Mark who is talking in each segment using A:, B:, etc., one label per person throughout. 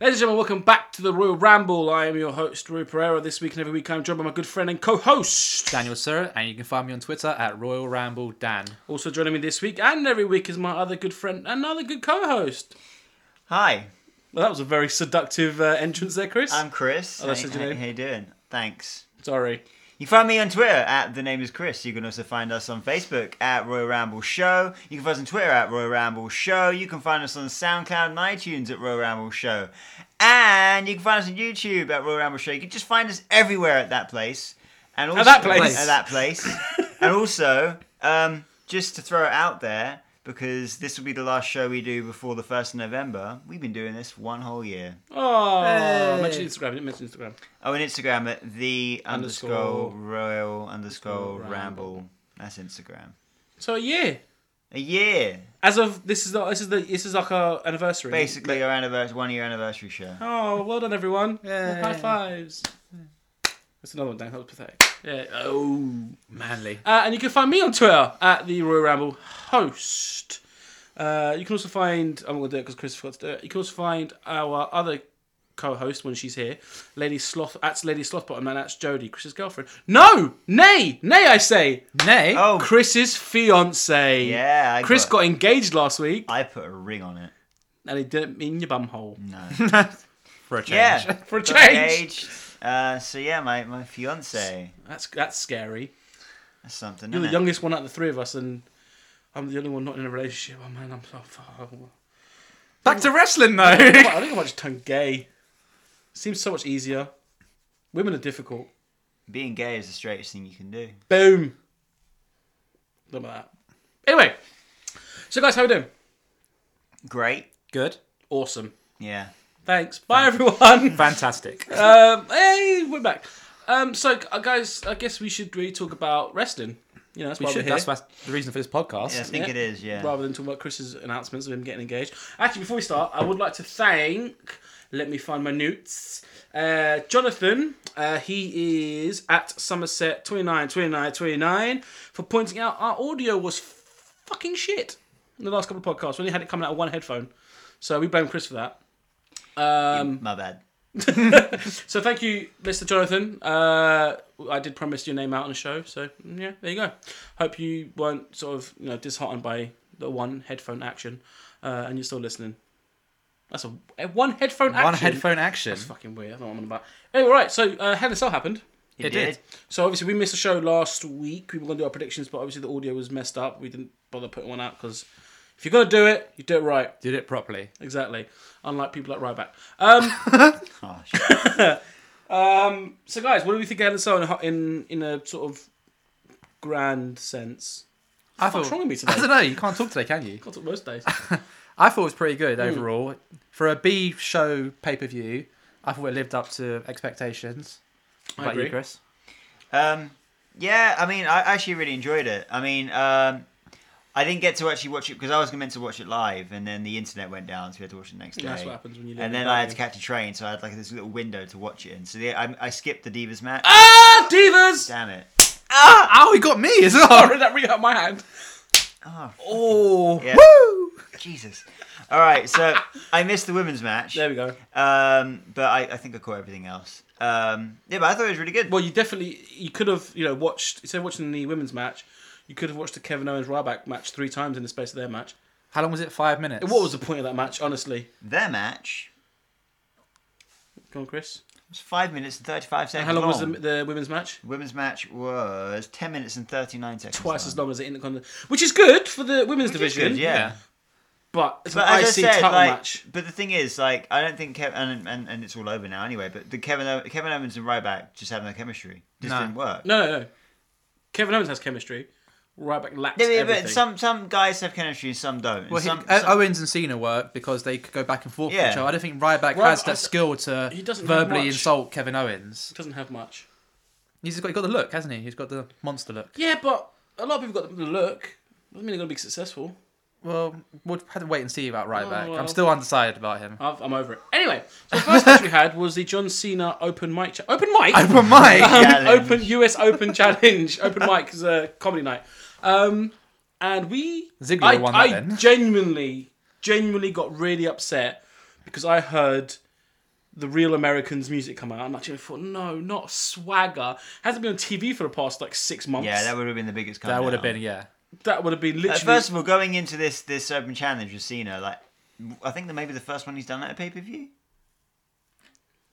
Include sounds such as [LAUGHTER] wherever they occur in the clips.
A: Ladies and gentlemen, welcome back to the Royal Ramble. I am your host, Rui Pereira. This week and every week, I'm joined by my good friend and co host.
B: Daniel Sir, and you can find me on Twitter at Royal Ramble Dan.
A: Also joining me this week and every week is my other good friend, another good co host.
C: Hi,
A: Well, that was a very seductive uh, entrance there, Chris.
C: I'm Chris.
A: Oh, that's
C: how,
A: his name.
C: how- how you doing? Thanks.
A: Sorry.
C: You can find me on Twitter at the name is Chris. You can also find us on Facebook at Royal Ramble Show. You can find us on Twitter at Royal Ramble Show. You can find us on SoundCloud and iTunes at Royal Ramble Show. And you can find us on YouTube at Royal Ramble Show. You can just find us everywhere at that place. And also,
A: that place.
C: At that
A: [LAUGHS]
C: place. and also, um, just to throw it out there, because this will be the last show we do before the 1st of November, we've been doing this one whole year.
A: Oh,
B: Hey.
A: mention Instagram. I didn't mention Instagram.
C: Oh, and Instagram at the underscore,
A: Underscore-
C: royal underscore
B: Ramble.
C: ramble. That's Instagram.
A: So, yeah.
C: A year,
A: As of this is the this is the this is like our anniversary.
C: basically our anniversary, one year anniversary show.
A: Oh, well done, everyone.
B: Yeah.
A: High fives. That's another one, Dan. That was pathetic. Yeah. Oh.
B: Manly.
A: Uh, and you can find me on Twitter at the Royal Ramble host. Uh, you can also find I'm not gonna do it because Chris forgot to do it. You can also find our other co-host when she's here, Lady Sloth. That's Lady Slothbottom, and that's Jodie, Chris's girlfriend. No, nay, nay, I say,
B: Nay.
C: Oh,
A: Chris's fiance.
C: yeah, I
A: Chris
C: got,
A: got engaged last week,
C: I put a ring on it.
A: and he didn't mean your bumhole. [LAUGHS]
C: No,
B: For a change.
C: [LAUGHS] yeah,
A: For a
C: got
A: change.
C: engaged. Uh, so yeah, my my fiance.
A: That's that's scary.
C: That's something.
A: You're the
C: innit?
A: youngest one out of the three of us, and I'm the only one not in a relationship. Oh man, I'm so far.
B: [LAUGHS] Back to wrestling
A: I
B: though. [LAUGHS]
A: think I think I might just turn gay. Seems so much easier. Women are difficult.
C: Being gay is the straightest thing you can do.
A: Boom. Look at that. Anyway, so guys, how we doing?
C: Great.
B: Good.
A: Awesome.
C: Yeah.
A: Thanks. Bye, everyone.
B: Fantastic.
A: um, hey, we're back. Um, so uh, guys, I guess we should really talk about wrestling. You know, that's
B: we
A: why
B: should.
A: we're here.
B: That's, that's the reason for this podcast.
C: Yeah, I think
A: Yeah.
C: it is. Yeah.
A: rather than talking about Chris's announcements of him getting engaged. Actually, before we start, I would like to thank. Let me find my newts. Uh, Jonathan, uh, he is at Somerset 29, 29, 29 for pointing out our audio was fucking shit in the last couple of podcasts. We only had it coming out of one headphone. So we blame Chris for that. Um,
C: My bad.
A: so thank you, Mr. Jonathan. Uh, I did promise your name out on the show, so mm, yeah, there you go. Hope you weren't sort of you know disheartened by the one headphone action, uh, and you're still listening. That's a, a one headphone action.
B: One headphone action.
A: That's fucking weird. I don't know what I'm on about. Anyway, right. So uh, Hell in a Cell happened.
C: It,
B: It
C: did.
B: did.
A: So obviously we missed the show last week. We were gonna do our predictions, but obviously the audio was messed up. We didn't bother putting one out because if you're gonna do it, you do it right.
B: Did it properly.
A: Exactly. Unlike people like Ryback. Um,
C: Oh, shit.
A: Um, so, guys, what do we think of Helen Cell in, a ho- in in a sort of grand sense?
B: I
A: What's wrong with me today?
B: I don't know. You can't talk today, can you?
A: Can't talk most
C: [LAUGHS]
A: days.
B: I thought it was pretty good overall for a B show pay per view. I thought it lived up to expectations.
A: I
B: What about
A: agree.
B: you, Chris?
C: Um, yeah, I mean, I actually really enjoyed it. I mean, um, I didn't get to actually watch it because I was meant to watch it live, and then the internet went down, so we had to watch it the next day.
A: That's what happens when you. live
C: and
A: in
C: then
A: a
C: I had to
A: valley.
C: catch a train, so I had like this little window to watch it in. So the, I, I skipped the Divas match.
A: Ah, divas!
C: Damn it!
B: Ah, oh, he got me as well.
A: Sorry, that really hurt my hand.
C: Oh,
B: Oh,
C: Yeah.
B: woo!
C: Jesus! All right, so I missed the women's match,
A: There we go.
C: um, but I, I think I caught everything else. Um, yeah, but I thought it was really good.
A: Well, you definitely you could have you know watched instead of watching the women's match, you could have watched the Kevin Owens Ryback match three times in the space of their match.
B: How long was it? Five minutes.
A: And What was the point of that match, honestly?
C: Their match
A: Come on, Chris.
C: was five minutes and thirty-five seconds
A: How long was the,
C: long.
A: the women's match?
C: Women's match was ten minutes and thirty-nine seconds.
A: Twice as long as the Intercontinental, which is good for the women's
C: Which is
A: division.
C: good, yeah.
A: But it's
C: But
A: an
C: as I
A: IC
C: said,
A: title
C: like,
A: match.
C: but the thing is, like, I don't think Kevin and, and, and it's all over now anyway. But the Kevin Ow- Kevin Owens and Ryback just have no chemistry. Just
B: No.
C: didn't work.
A: No, no, no. Kevin Owens has chemistry. Ryback lacks
C: Yeah, but-
A: everything.
C: but some some guys have chemistry and some don't. And
B: Well, he- uh,
C: some,
B: O-
C: some-
B: Owens and Cena work because they could go back and forth with
C: Yeah.
B: each other. I don't think Ryback
A: Ryback-
B: has that skill to
A: He doesn't have
B: verbally
A: much.
B: insult Kevin Owens.
A: doesn't have much.
B: He's got, he's got the look, hasn't he? He's got the monster look.
A: Yeah, but a lot of people got the look. Doesn't mean they're gonna be successful.
B: Well, we'll have to wait and see about Ryback.
A: Oh, well. Oh.
B: I'm still undecided about him. [LAUGHS]
A: I've, I'm over it. Anyway, so the first match we had was the John Cena open mic. Cha- open mic. [LAUGHS]
B: Open mic.
A: Um,
C: Challenge.
A: open US Open challenge. [LAUGHS] Open mic is a comedy night. Um, and we
B: Ziggler
A: I,
B: won that
A: I
B: then.
A: genuinely, genuinely got really upset because I heard the Real Americans music come out. I'm actually thought, no, not Swagger. Hasn't been on TV for the past like six months.
C: Yeah, that would have been the biggest.
B: That would have
C: comedown.
B: been yeah.
A: that would have been
C: Uh,
A: literally.
C: first of all, going into this this open challenge with Cena, like I think that maybe the first one he's done at a pay per view.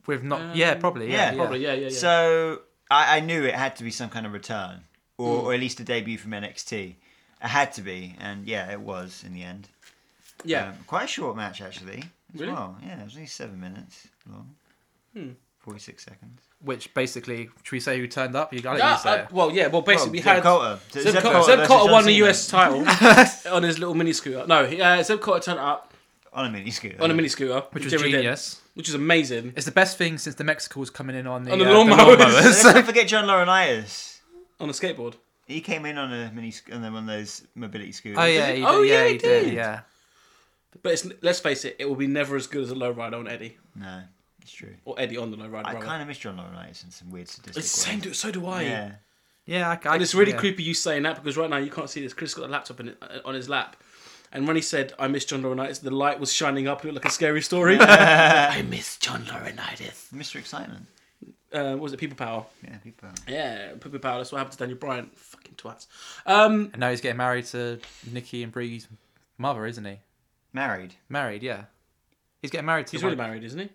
B: We've not yeah probably yeah,
C: yeah,
A: probably, Um, yeah, yeah, yeah.
C: So I, I knew it had to be some kind of return,
B: Mm.
C: or, or at least a debut from NXT. It had to be, and yeah, it was in the end.
A: yeah,
C: Um, quite a short match actually. As
A: Really? Hmm.
C: well. Yeah, it was only seven minutes long. Forty six seconds.
B: Which basically, should we say who turned up? You got
A: Ah,
B: to say
A: uh, well, yeah. Well, basically,
C: Well,
A: we
C: Zeb
A: had
C: Coulter.
A: Zeb,
C: Zeb
A: Zeb,
C: Coulter
A: Coulter, Zeb
C: versus
A: Coulter won
C: John
A: the
C: Cena.
A: US title on his little mini scooter. No, he, uh, Zeb Coulter turned up
C: On a mini scooter.
A: on a mini scooter,
B: which was
A: did we did,
B: genius.
A: which is amazing.
B: It's the best thing since the Mexicals coming in on the,
A: On the
B: uh, the
A: lawnmowers.
C: Let's
B: lawnmowers. [LAUGHS]
C: not forget John Laurinaitis.
A: On a skateboard.
C: He came in on a mini sc- on one of those mobility scooters.
B: oh yeah, he
A: [LAUGHS] Oh,
B: did,
A: yeah,
B: yeah,
A: he
B: he did.
A: did.
B: Yeah,
A: But it's, let's face it, it will be never as good as a lowrider on Eddie
C: No, it's true.
A: or Eddie on the lowrider.
C: I
A: rather.
C: kind of miss John Laurinaitis in some weird sadistic
A: it's same.
C: ways.
A: Do, so do I.
C: Yeah.
B: yeah. I, I,
A: And it's really
B: yeah.
A: creepy you saying that because right now you can't see this. Chris got a laptop in it, uh, on his lap. And when he said, I miss John Laurinaitis, the light was shining up. It looked like a scary story. [LAUGHS] I miss John Laurinaitis.
C: Mr. Excitement.
A: Uh, what was it People Power?
C: Yeah, people.
A: Yeah, People Power. That's what happened to Daniel Bryan. Fucking twats. Um,
B: And now he's getting married to Nikki and Bree's mother, isn't he?
C: Married.
B: Married, yeah. He's getting married to.
A: he's
B: the
A: really
B: one-
A: married, isn't he?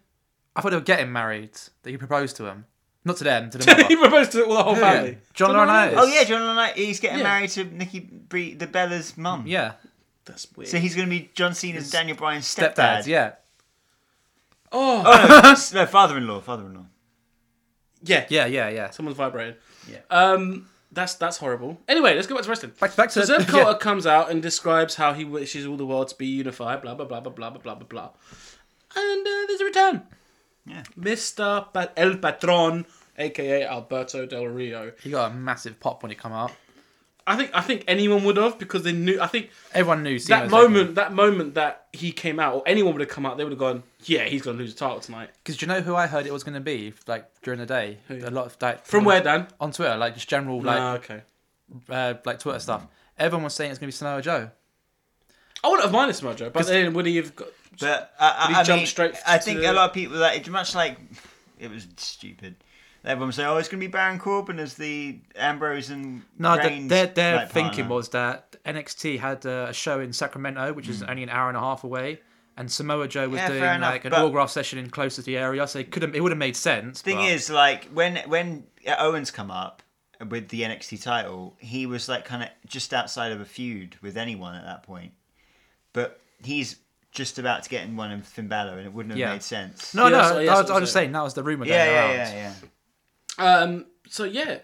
B: I thought they were getting married. That you proposed to him, not to them, to the
A: he
B: mother.
A: proposed [LAUGHS] to all the whole family.
B: John Laurinaitis.
C: Oh yeah, John Laurinaitis. He's getting
A: Yeah.
C: married to Nikki Bree, the Bella's mum.
B: yeah.
A: That's weird.
C: So he's going to be John Cena's and Daniel Bryan's stepdad.
B: Stepdads, yeah,
A: oh,
C: [LAUGHS] no, father-in-law. Father-in-law.
A: yeah.
B: yeah, yeah, yeah.
A: Someone's vibrated.
C: Yeah.
A: Um, that's that's horrible. Anyway, let's go back to wrestling.
B: Back back
A: So
B: to
A: Zeb
B: [LAUGHS] yeah.
A: Coulter comes out and describes how he wishes all the world to be unified, blah, blah, blah, blah, blah, blah, blah, blah, blah. And uh, there's a return.
C: Yeah.
A: Mr. Pa- El Patron, aka Alberto Del Rio.
B: He got a massive pop when he come out.
A: I think I think anyone would have because they knew. I think
B: Everyone knew Cena
A: that
B: was
A: moment, that moment that he came out, or anyone would have come out, they would have gone, "Yeah, he's going to lose the title tonight."
B: Because you know who I heard it was going to be like during the day. A lot of like
A: From
B: on-
A: where, Dan?
B: on Twitter, like just general like
A: Ah, okay.
B: uh, like Twitter stuff. Everyone was saying it's going to be Samoa Joe.
A: I wouldn't have minus Mojo, but then would he have got?
C: But I,
A: Did he
C: I, I
A: jump
C: mean,
A: straight
C: I
A: to
C: think
A: the-
C: a lot of people like it's much like it was stupid. Everyone say, "Oh, it's going to be Baron Corbin as the Ambrose and
B: No, th-
C: Reigns,
B: their their
C: like,
B: thinking
C: partner."
B: was that NXT had uh, a show in Sacramento, which is only an hour and a half away, and Samoa Joe was
C: Hmm. Yeah, fair
B: doing
C: enough,
B: like an
C: but-
B: autograph session in closer to the area, so it could have it would have made sense.
C: Thing
B: but-
C: is, like when when Owens come up with the NXT title, he was like kind of just outside of a feud with anyone at that point. But he's just about to get in one of Finn Balor, and it wouldn't have
B: Yeah.
C: made sense.
B: no,
A: Yeah,
B: no,
A: that's- yeah, that's
B: I,
A: what
B: was,
A: I'm
B: I was just
A: saying.
B: saying that was the rumor.
C: Yeah,
B: going
C: yeah,
B: around.
C: yeah, yeah.
A: Um, so yeah,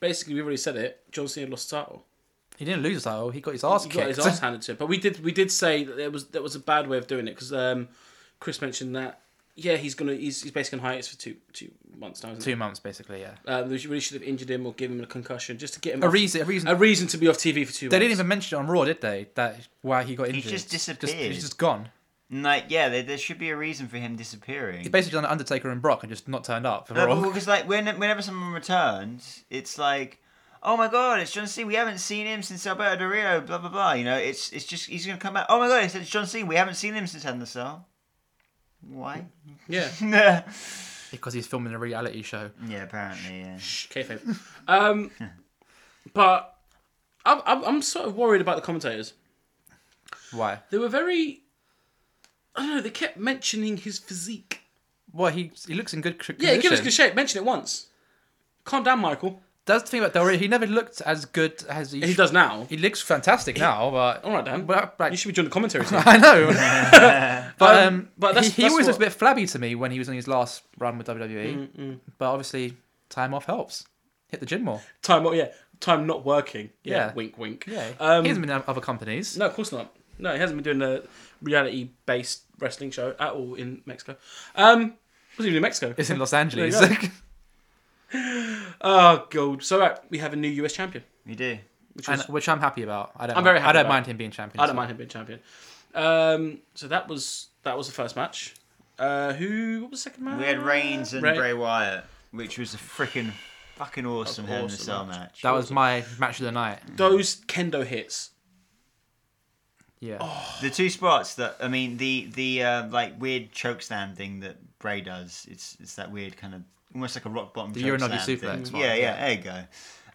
A: basically we've already said it. John Cena lost the title.
B: He didn't lose his title; he got his ass
A: He
B: kicked.
A: got his ass handed to him. But we did we did say that there was that was a bad way of doing it because um, Chris mentioned that yeah he's gonna he's, he's basically on hiatus for two two months now. Isn't he?
B: Two months, basically, yeah.
A: Um, they really should have injured him or given him a concussion just to get him
B: A
A: off-
B: reason, a reason.
A: a reason to be off TV for two.
B: they didn't even mention it on Raw, did they? That why he got injured.
C: just disappeared.
B: he's just gone.
C: And, like, yeah, there, there should be a reason for him disappearing.
B: He's basically done Undertaker and Brock and just not turned up for Raw.
C: because like when, whenever someone returns, it's like, oh my god, it's John Cena. We haven't seen him since Alberto Del Rio. Blah blah blah. You know, it's it's just he's gonna come out. Oh my god, it's, it's John Cena. We haven't seen him since Hell in a Cell. Why?
A: Yeah.
C: yeah,
B: [LAUGHS] because he's filming a reality show.
C: apparently. Yeah.
A: Shh, kayfabe. Um, but I'm, I'm I'm sort of worried about the commentators.
B: Why?
A: They were very. I don't know. They kept mentioning his physique.
B: Well, he he looks in good c-
A: Yeah,
B: condition.
A: give us good shape. Mention it once. Calm down, Michael.
B: That's the thing about Del Rio. He never looked as good as he.
A: He does Oh, now.
B: He looks fantastic now, but
A: All right, Dan.
B: But, uh, like-
A: you should be doing the commentary team.
B: [LAUGHS] I know.
A: [LAUGHS]
B: [LAUGHS] but um,
A: but that's-
B: he, he
A: that's what-
B: always
A: Mm,
B: looks a bit flabby to me when he was on his last run with WWE. But obviously, time off helps. Hit the gym more.
A: time, oh, yeah, time not working. Yeah,
B: Yeah.
A: wink, wink.
B: Yeah,
A: Um,
B: he hasn't been in other companies.
A: No, of course not. No, he hasn't been doing a reality-based wrestling show at all in Mexico. Um, wasn't even in Mexico.
B: It's in Los Angeles.
A: There you Oh god. So right, we have a new US champion.
C: We do.
B: [LAUGHS]
A: Which
B: And-
A: was,
B: which I'm happy about. I don't.
A: I'm very
B: I
A: happy
B: don't
A: about
B: mind him being champion.
A: I don't mind him being champion. Um, so that was that was the first match. Uh, who? What was the second match?
C: We had Reigns and
A: Ray-
C: Bray Wyatt, which was a freaking fucking awesome Hell in a
A: Awesome
C: Cell
A: match.
C: match.
B: That was my match of the night.
A: Those kendo hits.
B: Yeah.
A: Oh,
C: um, The two spots that I mean, the the uh, like weird choke stand thing that Bray does. It's it's that weird kind of almost like a rock bottom.
B: The
C: choke
B: Uranagi
C: slam
B: suplex
C: thing.
B: one,
C: Yeah, yeah,
B: yeah.
C: There you go.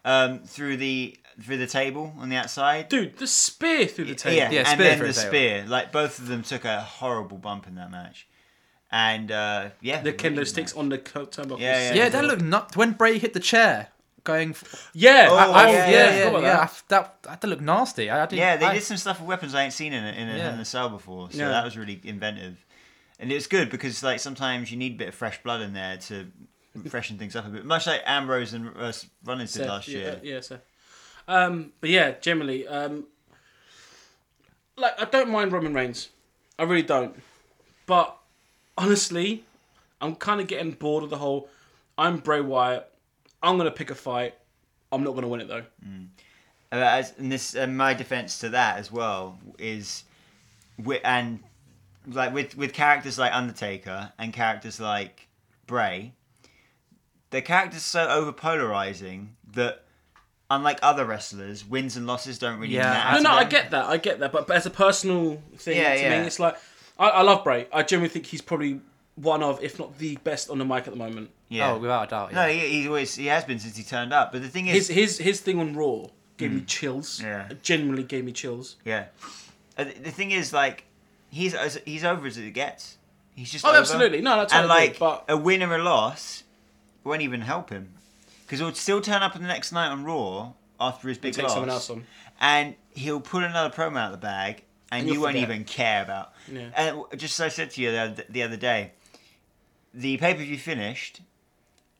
C: Um, through the through the table on the outside.
A: Dude, the spear through the table.
C: Yeah,
B: Yeah,
C: and
B: spear
C: then
B: through
C: the
B: the table.
C: spear. Like both of them took a horrible bump in that match, and uh, yeah,
A: The
C: they won
A: kendo
C: that
A: sticks
C: match.
A: on the co- turnbuckles.
C: Yeah,
B: Yeah, that looked nuts. When Bray hit the chair, going. f
A: Yeah,
C: Oh,
A: I- I-
C: yeah,
B: yeah, yeah,
A: I forgot
B: yeah.
A: about that.
B: I- that that looked nasty. I, I didn't,
C: Yeah, they
B: I-
C: did some stuff with weapons I ain't seen in a, in a,
B: Yeah.
C: in a cell before, so
A: Yeah.
C: that was really inventive, and it's good because like sometimes you need a bit of fresh blood in there to freshen things up a bit, much like Ambrose and uh, Rollins did
A: Seth,
C: last
A: yeah,
C: year.
A: uh, Yeah, so. Um, but yeah, generally, um, like I don't mind Roman Reigns, I really don't. But honestly, I'm kind of getting bored of the whole. I'm Bray Wyatt. I'm gonna pick a fight. I'm not gonna win it though.
C: Uh, as, and this, and my defense to that as well is, wi- and like with with characters like Undertaker and characters like Bray, the characters so over polarizing that, unlike other wrestlers, wins and losses don't really
B: Yeah,
C: matter.
B: I-
A: No,
C: to
A: no, I
C: them.
A: get that. I get that. But, but as a personal thing
C: Yeah,
A: to
C: yeah.
A: me, it's like I, I love Bray. I genuinely think he's probably one of, if not the best, on the mic at the moment.
C: Yeah.
B: Oh, without a doubt. Yeah.
C: no, he, he always he has been since he turned up. But the thing
A: His
C: is,
A: his his thing on Raw gave me chills.
C: Mm. Yeah.
A: It genuinely gave me chills.
C: yeah, Uh, the the thing is like, he's as- he's over as it gets. He's just
A: Oh,
C: over.
A: absolutely. No, that's
C: and like
A: but
C: a win or a loss won't even help him because he'll still turn up on the next night on Raw after his big
A: take
C: loss,
A: someone else on.
C: and he'll pull another promo out of the bag, and,
A: And
C: you
A: you'll
C: won't
A: forget.
C: even care about.
A: Yeah.
C: And w- just as I said to you the other, the other day, the pay per view finished,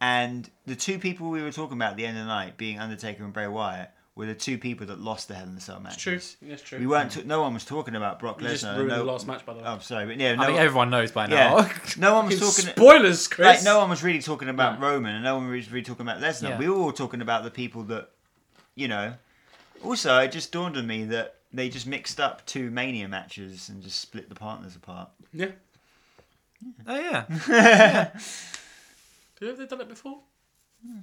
C: and the two people we were talking about at the end of the night, being Undertaker and Bray Wyatt, were the two people that lost the Hell in the Cell match.
A: True. That's true. Mm.
C: We weren't. T- no one was talking about Brock
A: You just
C: Lesnar.
A: ruined
C: no,
A: the last match, by the way.
C: Oh, sorry, but yeah,
B: I
C: no,
B: think everyone knows by now.
C: yeah,
B: [LAUGHS]
A: [LAUGHS]
C: no one was
A: Fucking
C: talking.
A: Spoilers, Chris.
C: Like, no one was really talking about Roman, and no one was really talking about Lesnar.
B: Yeah.
C: We were all talking about the people that, you know. Also, it just dawned on me that they just mixed up two Mania matches and just split the partners apart.
A: Yeah.
B: oh yeah,
A: Have they done it before?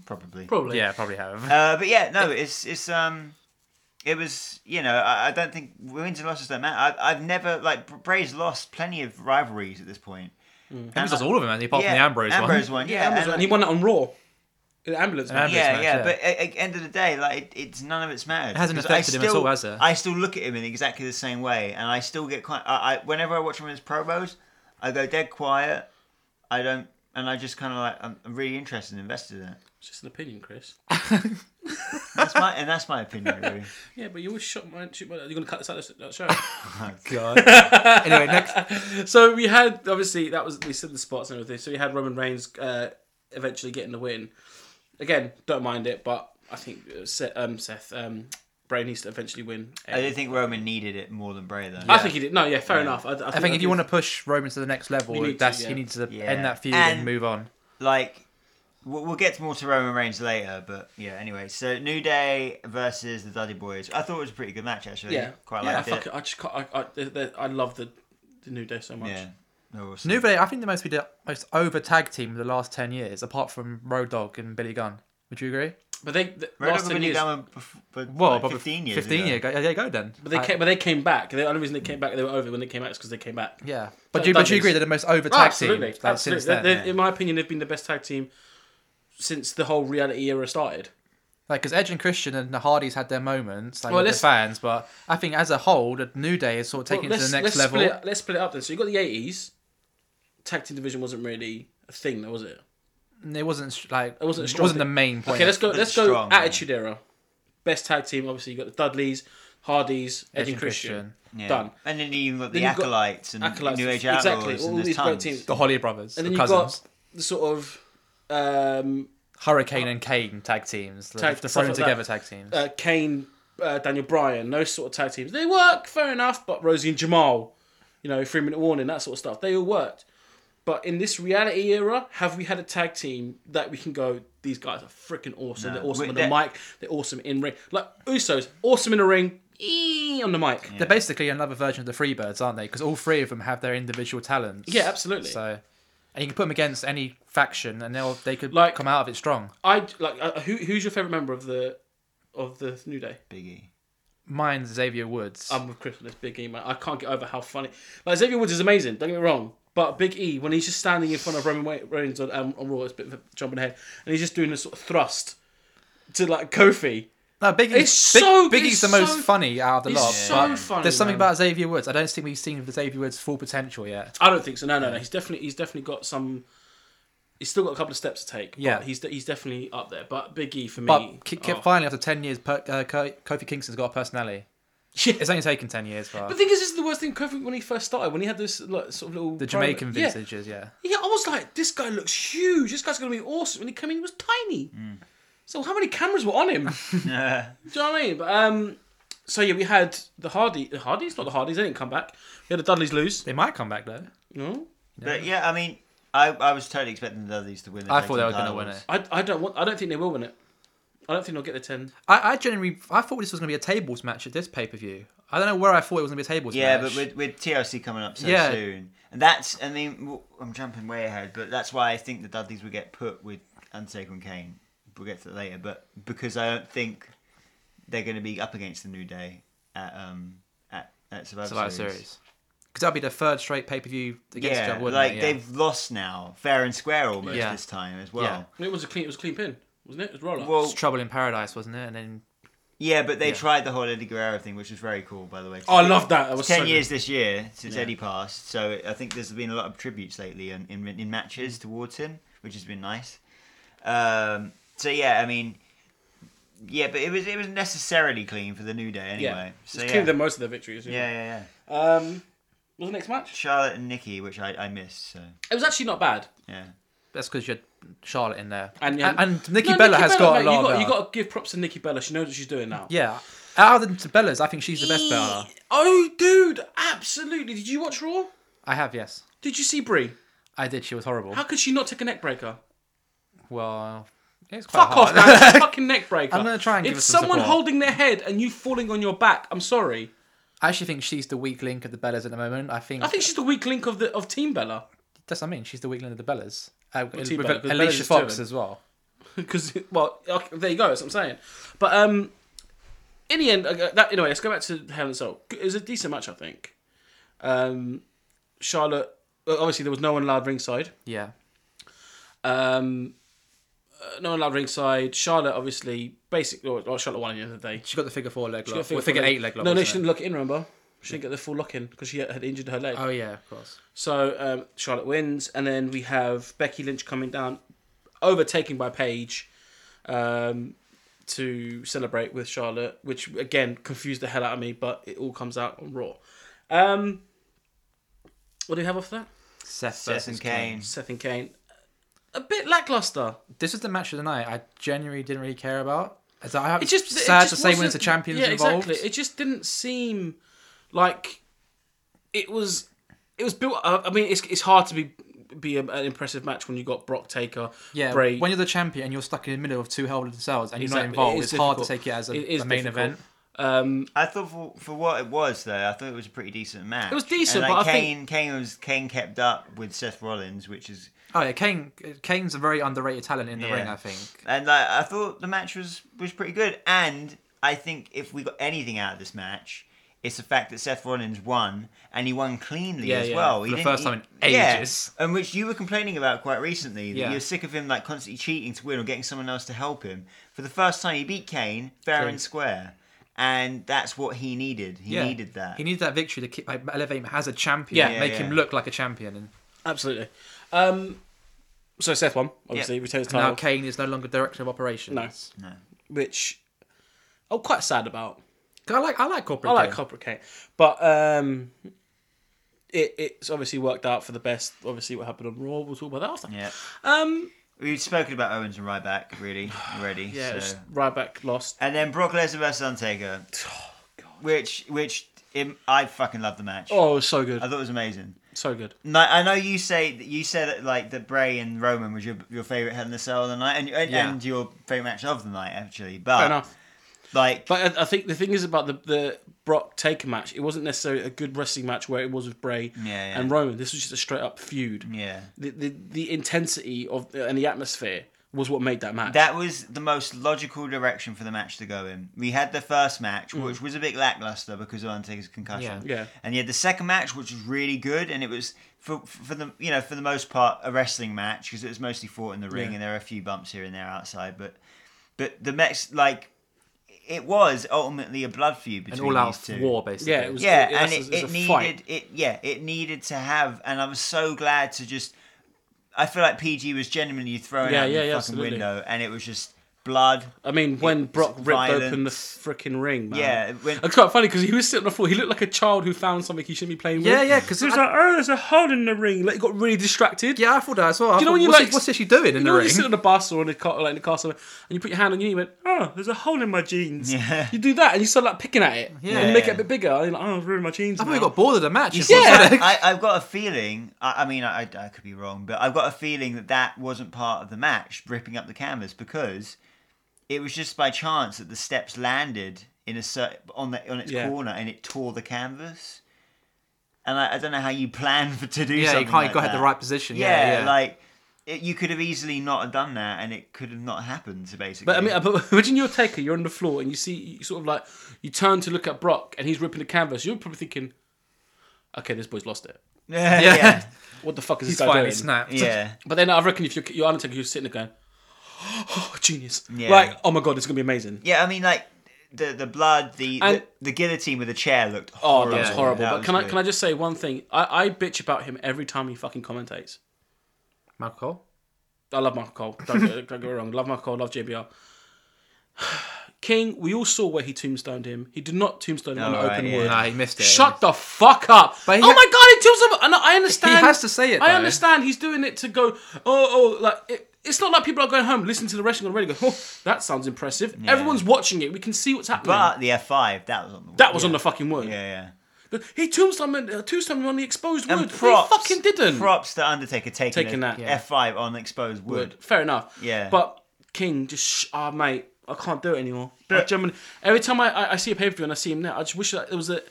C: Probably.
A: Probably.
B: yeah, probably [LAUGHS] have.
C: Uh, but yeah, no, it's it's um, it was you know I, I don't think wins and losses don't matter. I, I've never like Bray's lost plenty of rivalries at this point.
B: He Mm. was all of them, actually, apart
C: yeah,
B: from the Ambrose, one.
C: yeah,
A: Ambrose,
C: and,
A: and he won it on Raw. In the ambulance.
B: An
A: match.
B: ambulance.
C: yeah,
B: match,
C: yeah,
B: yeah.
C: but at, at end of the day, like it, it's none of it's mattered.
B: It hasn't
C: Because I
B: affected him at
C: still-
B: all, has it?
C: I still look at him in exactly the same way, and I still get quite. I, I whenever I watch him in his promos, I go dead quiet. I don't, and I just kind of like I'm- I'm really interested and invested in it.
A: It's just an opinion, Chris.
C: That's my and that's my opinion.
B: [LAUGHS]
C: Really.
A: Yeah, but you always shot my. Shoot my you're gonna cut this out of the
C: [LAUGHS]
A: show.
B: [LAUGHS] God. [LAUGHS] anyway, next.
A: so we had obviously that was we said the spots and everything. So we had Roman Reigns uh, eventually getting the win. Again, don't mind it, but I think Seth, um, Seth um, Bray needs to eventually win.
C: I do think Roman needed it more than Bray though.
A: I think he did. No, yeah, fair enough. I, I think,
B: I think if you want to push Roman to the next level,
A: You need to,
B: that's
A: yeah.
B: he needs to
C: Yeah.
B: end that feud
C: And-
B: and move on.
C: like we'll, we'll get more to Roman Reigns later, but yeah. Anyway, so New Day versus the Dudley Boys. I thought it was a pretty good match actually.
A: yeah,
C: quite
A: yeah,
C: liked
A: I, fuck
C: it.
A: it. I just can't, I, I, the, the, I love the, the new day so much.
C: Yeah, They're awesome.
B: New Day, I think the most we did, most over tag team of the last ten years, apart from Road Dogg and Billy Gunn. Would you agree?
A: But they the,
C: Red
A: last
C: Hook
A: ten
C: really
A: years,
C: done bef- but
B: Well,
C: like
B: but
C: 15 years.
B: Fifteen
C: ago.
B: years ago. Yeah, yeah, go then.
A: but they
B: I-
A: came, but they came back. The only reason they came back, they were over when they came back, is because they came back.
B: yeah, but
A: Dudleys.
B: do you, but you agree they're the most over
A: Oh,
B: tag team
A: absolutely,
B: like,
A: absolutely.
B: since then?
A: They- they- In my opinion, they've been the best tag team since the whole reality era started.
B: Like, because Edge and Christian and the Hardys had their moments, like
A: Well,
B: with the
A: let's-
B: fans, but I think as a whole, the New Day is sort of taking
A: Well,
B: it to the
A: let's
B: next level.
A: Split, let's split it up then. So you got the eighties. Tag team division wasn't really a thing, though, was it?
B: It wasn't sh- like
A: wasn't
B: it
A: a
B: wasn't,
A: strong
B: the
A: thing.
B: main point.
A: Okay, let's go.
C: But
A: Let's
C: it's
A: go.
C: strong, yeah.
A: Attitude era. Best tag team. Obviously, you got the Dudleys, Hardys, Edge, and Christian.
C: Yeah.
A: Done.
C: And then you even got the
A: Then you've got
C: acolytes and
A: Acolytes,
C: New Age Outlaws
A: exactly, all
C: and there's
A: these great
C: tons.
A: teams.
B: The Holly brothers,
A: And
B: the
A: then you
B: cousins,
A: got the sort of um,
B: Hurricane and Kane tag teams, the-
A: Tag-
B: the
A: stuff
B: thrown
A: like
B: together
A: that.
B: tag teams.
A: uh, Kane, uh, Daniel Bryan, those sort of tag teams. They work, fair enough, but Rosie and Jamal, you know, three minute warning, that sort of stuff, they all worked. But in this reality era, have we had a tag team that we can go, these guys are freaking awesome.
C: No.
A: They're awesome
C: We-
A: on the
C: that-
A: mic, they're awesome in ring. Like Usos, awesome in the ring, ee, on the mic.
B: They're basically another version of the Freebirds, aren't they? Because all three of them have their individual talents.
A: Yeah, absolutely.
B: So, and you can put them against any faction, and they'll they could
A: Like-
B: come out of it strong.
A: I like uh, who, who's your favorite member of the of the New Day?
C: Biggie.
B: Mine's Xavier Woods.
A: um, I'm with Chris on this big E, man. I can't get over how funny. Like Xavier Woods is amazing. Don't get me wrong, But Big E, when he's just standing in front of Roman Wei- Reigns on, um, on Raw, it's a bit of a jumping ahead, and he's just doing this sort of thrust to like Kofi.
B: No, Biggie's,
A: It's
B: Big,
A: so-
B: Biggie's
A: it's
B: the most
A: so-
B: funny out of the
A: it's
B: lot.
A: so
B: Oh, but
A: funny,
B: There's something
A: man.
B: about Xavier Woods. I don't think we've seen Xavier Woods' full potential yet.
A: I don't think so. No, no, no. He's definitely he's definitely got some. He's still got a couple of steps to take. but
B: Yeah.
A: he's de- he's definitely up there. But Big E for me,
B: But ki- ki-
A: oh.
B: finally, after 10 years, per- uh, Ko- Kofi Kingston's got a personality. It's only taken 10 years, but
A: But the thing is, this is the worst thing. Kofi, when he first started, when he had this like, sort of little
B: the Jamaican
A: private- yeah,
B: vintages, yeah.
A: Yeah, I was like, this guy looks huge. This guy's gonna be awesome. And he came in, he was tiny. So how many cameras were on him?
B: [LAUGHS]
A: Do you know what I mean? But um, so yeah, we had the Hardy. The Hardys, not the Hardys. They didn't come back. We had the Dudleys lose.
B: They might come back, though.
A: No,
C: But yeah, I mean, I, I was totally expecting the Dudleys to win. The
B: I
C: tag
B: thought
C: team
B: they were going to
C: titles.
B: win it.
A: I, I don't want. I don't think they will win it. I don't think they'll get the ten.
B: I, I genuinely I thought this was going to be a tables match at this pay per view. I don't know where I thought it was going to be a tables
C: Yeah,
B: match.
C: but with, with TLC coming up so
B: Yeah.
C: soon, and that's I mean w- I'm jumping way ahead, but that's why I think the Dudleys will get put with Undertaker and Kane. We'll get to that later, but because I don't think they're going to be up against the New Day at um at, at Survivor,
B: Survivor
C: Series.
B: Series. Because that'd be the third straight pay per view against each
C: Yeah,
B: other, wouldn't
C: like
B: it? Yeah.
C: they've lost now, fair and square almost
B: Yeah.
C: this time as well.
A: It was a clean. It was a clean pin, wasn't it? It was roll up.
C: Well,
B: It's Trouble in Paradise, wasn't it? And then
C: yeah, but they tried the whole Eddie Guerrero thing, which was very cool, by the way.
A: oh, I love that. That was
C: It's ten
A: so good.
C: years this year since Eddie passed, so I think there's been a lot of tributes lately in in, in matches towards him, which has been nice. Um, so yeah, I mean, yeah, but it was it was necessarily clean for the new day anyway.
A: Yeah,
C: So
A: it's
C: yeah.
A: cleaner than most of their victories.
C: yeah, yeah, yeah.
A: Um, what was the next match?
C: Charlotte and Nikki, which I, I missed. So
A: It was actually not bad.
C: yeah,
B: that's because you had Charlotte in there,
A: And-
B: and
A: and-
B: and, Nikki
A: No,
B: Bella has
A: Bella,
B: got
A: mate,
B: a lot.
A: You got,
B: of
A: you
B: that.
A: got to give props to Nikki Bella. She knows what she's doing now.
B: yeah. Out of the Bellas, I think she's the best Bella.
A: Oh, dude, absolutely. Did you watch Raw?
B: I have yes,
A: Did you see Brie?
B: I did. She was horrible.
A: How could she not take a neck breaker?
B: Well, it's quite
A: Fuck off,
B: hard.
A: man. It's a fucking neck breaker.
B: I'm gonna try and
A: It's
B: give her some
A: someone
B: support.
A: holding their head and you falling on your back. I'm sorry.
B: [LAUGHS] I actually think she's the weak link of the Bellas at the moment. I think,
A: I think she's the weak link of the of Team Bella [LAUGHS]
B: that's what I mean. She's the weak link of the Bellas. Uh, with
A: Team Bella, 'cause Bellas
B: Alicia
A: is
B: Fox
A: doing.
B: as well.
A: because well, okay, there you go. That's what I'm saying. But um, in the end, uh, that anyway. Let's go back to Hell and Soul. It was a decent match, I think. Um, Charlotte. well, Obviously, there was no one allowed ringside.
B: Yeah,
A: Um, uh, no one allowed ringside. Charlotte, obviously, basically, well, well, Charlotte won at the end of the day.
B: she got the figure four leg
A: She
B: lock.
A: got
B: Well, figure
A: four
B: eight leg lock.
A: No, no,
B: wasn't
A: she
B: it?
A: didn't lock it in. Remember, she didn't get the full lock in because she had injured her leg.
B: Oh yeah, of course.
A: So um, Charlotte wins, and then we have Becky Lynch coming down, overtaken by Paige, um, to celebrate with Charlotte, which again confused the hell out of me, but it all comes out on Raw. Um, what do we have off that?
B: Seth,
C: Seth and Kane.
A: Seth and Kane. A bit lackluster.
B: This is the match of the night. I genuinely didn't really care about. As I have
A: It just it
B: sad
A: just
B: to say when
A: wasn't-
B: it's the champions
A: yeah,
B: involved.
A: Exactly. It just didn't seem like it was. It was built. Up. I mean, it's it's hard to be be a, an impressive match when you got Brock Taker.
B: yeah,
A: Bray.
B: when you're the champion and you're stuck in the middle of two hell in a cells and you're
A: Exactly.
B: not involved,
A: It
B: it's
A: is
B: hard to
A: difficult.
B: take it as a,
A: It is
B: a main
A: difficult.
B: event.
A: um,
C: I thought for, for what it was though, I thought it was a pretty decent match. It
A: was decent,
C: and, like,
A: but I
C: Kane,
A: think-
C: Kane was Kane kept up with Seth Rollins, which is
B: Oh yeah, Kane. Kane's a very underrated talent in the
C: Yeah.
B: ring. I think.
C: And like, I thought the match was was pretty good. And I think if we got anything out of this match, it's the fact that Seth Rollins won, and he won cleanly
A: Yeah,
C: as
A: yeah.
C: well.
B: For
C: He
B: the
C: didn't-
B: first time in
C: he- yeah.
B: ages.
C: and which you were complaining about quite recently. That
B: Yeah.
C: you're sick of him like constantly cheating to win or getting someone else to help him. For the first time, he beat Kane fair
B: Clean.
C: and square, and that's what he needed. He
B: Yeah.
C: needed that.
B: He needed that victory to keep, like, elevate him as a champion.
A: Yeah.
B: make
C: Yeah,
B: him
C: yeah.
B: look like a champion. And
A: absolutely. Um, so Seth won, obviously,
C: Yep.
A: retains the
B: now
A: title,
B: Kane is no longer director of operations.
A: No.
C: no.
A: which I'm quite sad about.
B: 'Cause I like I like corporate.
A: I like
B: Kane.
A: Copper Kane, but um, it, it's obviously worked out for the best. Obviously, what happened on Raw, we'll talk about that after.
C: Yeah.
A: Um,
C: We've spoken about Owens and Ryback
A: [SIGHS]
C: really already.
A: yeah, it was
C: so.
A: Ryback lost.
C: And then Brock Lesnar versus Undertaker,
A: Oh,
C: which which im I fucking love the match.
A: Oh, it was so good,
C: I thought it was amazing.
A: so good.
C: No, I know you say that you said that like that Bray and Roman was your your favorite Hell in a Cell of the night, and and,
B: Yeah.
C: and your favorite match of the night actually.
A: Fair
C: But
A: enough.
C: like,
A: But I, I think the thing is about the, the Brock Taker match, it wasn't necessarily a good wrestling match where it was with Bray
C: yeah.
A: and Roman. This was just a straight up feud.
C: yeah,
A: The, the, the intensity of and the atmosphere was what made that match.
C: That was the most logical direction for the match to go in. We had the first match, which was a bit lackluster because of Undertaker's concussion.
A: Mm. Yeah. Yeah.
C: And you had the second match, which was really good, and it was for for the you know for the most part a wrestling match because it was mostly fought in the ring,
A: Yeah.
C: and there were a few bumps here and there outside, but but the match like it was ultimately a blood feud
B: An
C: between
B: all-out
C: these two.
B: war, basically.
A: Yeah, it was-
C: Yeah,
A: that's-
C: and it,
A: it's
C: it
A: a
C: needed
A: fight.
C: it. Yeah, it needed to have, and I was so glad to just. I feel like PG was genuinely thrown
A: Yeah,
C: out
A: yeah,
C: the
A: yeah,
C: fucking
A: absolutely. Um,
C: window, and it was just blood.
A: I mean, when
C: It's
A: Brock ripped
C: violent.
A: open the freaking ring, man.
C: Yeah, it went-
A: it's quite funny because he was sitting on the floor. He looked like a child who found something he shouldn't be playing with. [LAUGHS]
B: Yeah, yeah, 'cause
A: he was
B: I-
A: like, "Oh, there's a hole in the ring." Like, he got really distracted.
B: Yeah, I thought that as well. I
A: you know
B: thought,
A: when you
B: what's,
A: like-
B: he- what's she doing in
A: You
B: the
A: know, when
B: ring?
A: you sit on a bus or in a car, like in a car somewhere, and you put your hand on your knee, and you went, "Oh, there's a hole in my jeans."
C: Yeah.
A: You do that, and you start like picking at it,
B: Yeah.
A: and make it a bit bigger. And you're like, "Oh, I've ruined my jeans."
B: I thought we
A: now."
B: got bored of the [LAUGHS] match.
A: [LAUGHS] Yeah.
C: I, I've got a feeling. I, I mean, I, I could be wrong, but I've got a feeling that that wasn't part of the match, ripping up the canvas, because it was just by chance that the steps landed in a cer- on the on its
A: Yeah.
C: corner, and it tore the canvas. And I, I don't know how you plan [LAUGHS] for to do
B: Yeah, you
C: something.
B: can't
C: like
B: you got at the
C: that.
B: right position.
C: yeah,
B: Yeah, yeah.
C: like it, you could have easily not have done that, and it could have not happened. Basically,
A: But I
B: uh,
A: mean, uh, but [LAUGHS] imagine you're a taker, you're on the floor, and you see, you sort of like, you turn to look at Brock, and he's ripping the canvas. You're probably thinking, "Okay, this boy's lost it.
C: [LAUGHS]
B: [LAUGHS]
C: yeah,
B: yeah.
C: yeah,
A: What the fuck is
B: he's
A: this guy
B: finally
A: doing?"
B: snapped.
C: yeah.
A: But then I reckon if you're, you're Undertaker, you're sitting there going, "Oh, genius!"
C: Yeah.
A: Like, oh my god, it's gonna be amazing.
C: Yeah, I mean, like the the blood, the
A: And-
C: the, the guillotine with the chair looked.
A: Oh,
C: Horrible.
A: that was
B: Yeah,
A: horrible.
C: That
A: but
C: was
A: can I
C: good.
A: can I just say one thing? I, I bitch about him every time he fucking commentates.
B: Michael Cole.
A: I love Michael Cole. Don't get, don't get me wrong. Love Michael Cole. Love JBR. [SIGHS] King, we all saw where he tombstoned him. He did not tombstone him on
C: Oh,
A: an
C: right,
A: open
C: yeah.
A: wood.
B: Nah, he missed it.
A: Shut the fuck up!
B: But he-
A: oh my god, it tells him. and I understand.
B: He has to say it,
A: I
B: though.
A: understand. He's doing it to go. Oh, oh, like it, it's not like people are going home, listening to the wrestling on the radio. Go, oh, that sounds impressive. Everyone's watching it. We can see what's happening.
C: But the F five that was on the.
A: that was on the fucking wood.
C: Yeah,
A: He tombstone uh, tombstone on the exposed
C: yeah.
A: wood. he fucking didn't.
C: Props to Undertaker taking,
A: Taking that. Yeah.
C: F five on exposed wood.
A: Fair enough.
C: Yeah.
A: But King just sh- ah mate, I can't do it anymore. I genuinely- every time I, I, I see a pay per view and I see him now, I just wish that there was a,